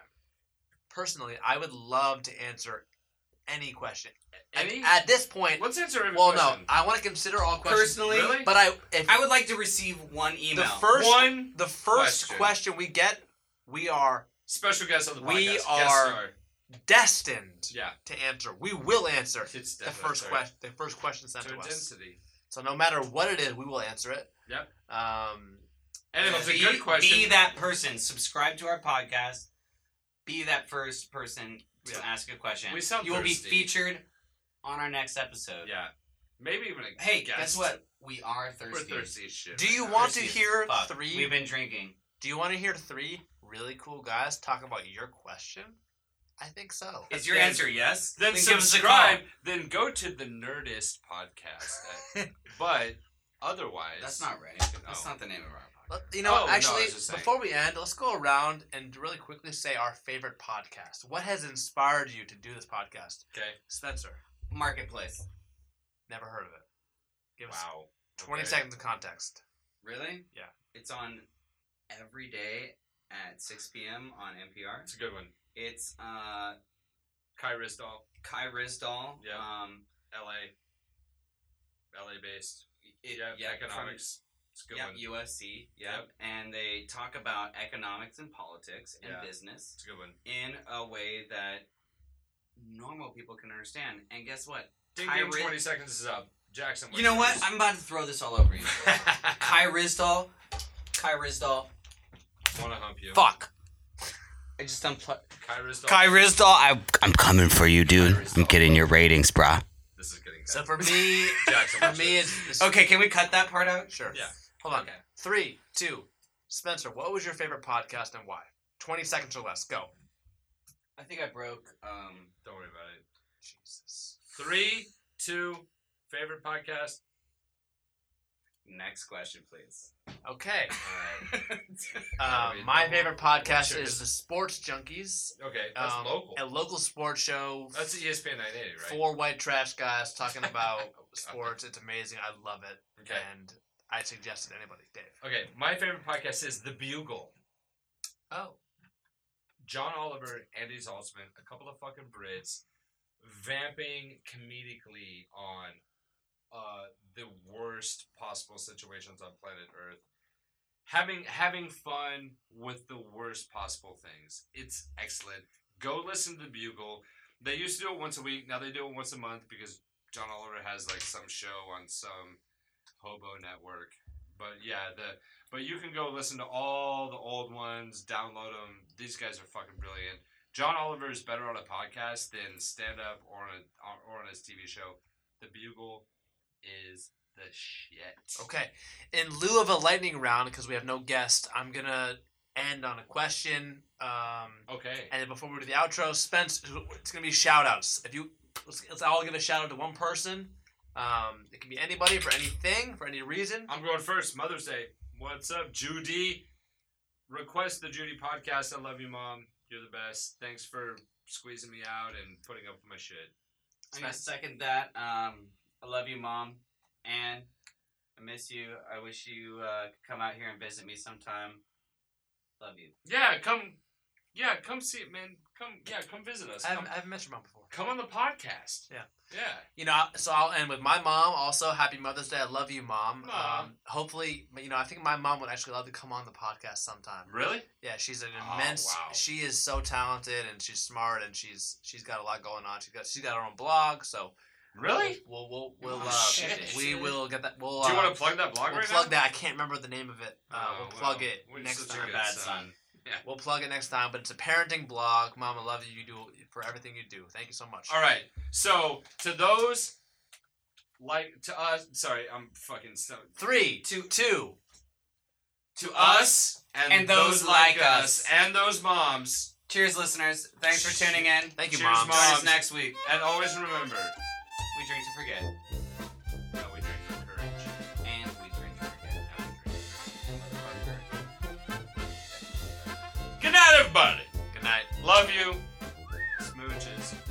personally, I would love to answer any question. Like,
Any?
At this point,
Let's answer every
well, no,
question.
I want to consider all questions.
Personally,
Really?
But I, if
I would like to receive one email.
the first
One
the first
question.
question. we get, we are
special guest on the podcast.
We
Guest
are-
star.
destined
Yeah,
to answer. We will answer
it's
the first question. The first question sent to
To
us.
density.
So no matter what it is, we will answer it.
Yep.
Um,
And if it's a
be,
good question,
Be that person. Subscribe to our podcast. Be that first person to
Yeah.
ask a question.
We sound
you will
thirsty.
be featured on our next episode.
yeah, maybe even a
Hey,
guest.
guess what? We are
We're
thirsty.
thirsty as shit.
do you
right
want to
Thirsty as
hear
Fuck,
three?
We've been drinking.
Do you want to hear three really cool guys talk about your question? I think so.
Is your
Then-
answer yes?
now. Then,
give us a call.
subscribe. Then go to the Nerdist podcast. at- but otherwise,
That's not right. That's
No.
not the name of our podcast.
Let- You know,
Oh,
what?
no, I was
actually,
just saying.
before we end, let's go around and really quickly say our favorite podcast. What has inspired you to do this podcast,
okay.
Spencer?
Marketplace.
Never heard of it. Give us
Wow.
20
Okay.
seconds of context.
Really?
Yeah.
It's on every day at 6 p.m. on NPR.
It's a good one.
It's uh,
Kai Rizdal,
Kai Rizdal.
Yeah.
Um,
L.A. L.A. based.
it-
yeah,
yeah, from-
economics. It's a good
yep,
one.
USC. Yep.
Yep.
And they talk about economics and politics and
Yeah.
business
It's a good one.
in a way that normal people can understand. And guess what?
Ding,
Kai
ding,
Ri-
Twenty seconds is up. Jackson.
You know what?
yours?
I'm about to throw this all over you. Kai Rizdal. Kai Rizdal.
want to hump you.
Fuck. I just unplugged.
Kai Rizdal.
Kai Rizdal, I, I'm coming for you, dude.
Kai Ryssdal.
I'm getting your ratings, brah.
This is getting
So
good.
for me,
Jackson.
for
what's
me,
yours?
it's, it's
Okay, can we cut that part out?
Sure.
Yeah.
Hold on.
Okay.
Three, two. Spencer, what was your favorite podcast and why? 20 seconds or less. Go.
I think I broke. Um,
Don't worry about it.
Jesus.
Three, two. Favorite podcast.
next question, please.
Okay.
All
Uh,
Wait,
my
no,
favorite
no, no,
podcast
sure,
is
just-
the Sports Junkies.
right. Okay, that's
um,
local.
A local sports show.
That's E ESPN 980, right? Oh,
Four white trash guys talking about sports. It's amazing. I love it.
Okay.
And I suggest it to anybody. Dave.
Okay, my favorite podcast is The Bugle.
Oh.
John Oliver, Andy Zaltzman, a couple of fucking Brits, vamping comedically on uh, the worst possible situations on planet Earth, having having fun with the worst possible things. It's excellent. Go listen to the Bugle. They used to do it once a week. Now they do it once a month because John Oliver has like some show on some hobo network. But yeah, the but you can go listen to all the old ones, download them. These guys are fucking brilliant. John Oliver is better on a podcast than stand up or on a, or on his TV show. The Bugle is the shit.
Okay. In lieu of a lightning round, because we have no guest, I'm gonna end on a question. Um,
Okay.
And then before we do the outro, Spence, it's gonna be shout outs. If you let's, let's all give a shout out to one person. Um, it can be anybody for anything, for any reason.
I'm going first. Mother's Day. What's up, Judy? Request the Judy podcast. I love you, mom. You're the best. Thanks for squeezing me out and putting up with my shit.
I'm gonna second that. Um, I love you, mom, and I miss you. I wish you uh, could come out here and visit me sometime. Love you.
Yeah, come. Yeah, come see it, man. Come. Yeah, come visit us.
I
Come,
haven't, I haven't met your mom before.
come on the podcast.
Yeah.
Yeah.
You know, so I'll end with my mom. Also, happy Mother's Day. I love you, mom.
Aw.
Um, hopefully, you know, I think my mom would actually love to come on the podcast sometime.
Really?
Yeah, she's an
Oh,
immense.
wow.
She is so talented and she's smart and she's she's got a lot going on. She got she's got her own blog. So
Really?
we'll we'll we'll,
Oh,
uh,
shit.
we will get that. We'll
Do you
uh,
want to plug that blog
we'll
right
plug
now?
that. I can't remember the name of it. Uh,
Oh,
we'll plug
well,
it
we're
next
such a
time.
good
Bad
son.
son.
We'll plug it next time. But it's a parenting blog. Mom, I love you. You do for everything you do. Thank you so much.
All right. So to those, like to us. Sorry, I'm fucking so.
Three, two, two.
To us and,
And those like us.
and those moms.
Cheers, listeners. Thanks for tuning in.
Thank you,
Cheers,
mom.
Mom.
Join us next week.
And always remember
We drink to forget,
that we drink for courage.
and we drink to forget, and we drink to forget.
Good night, everybody.
Good night.
Love you. Smooches.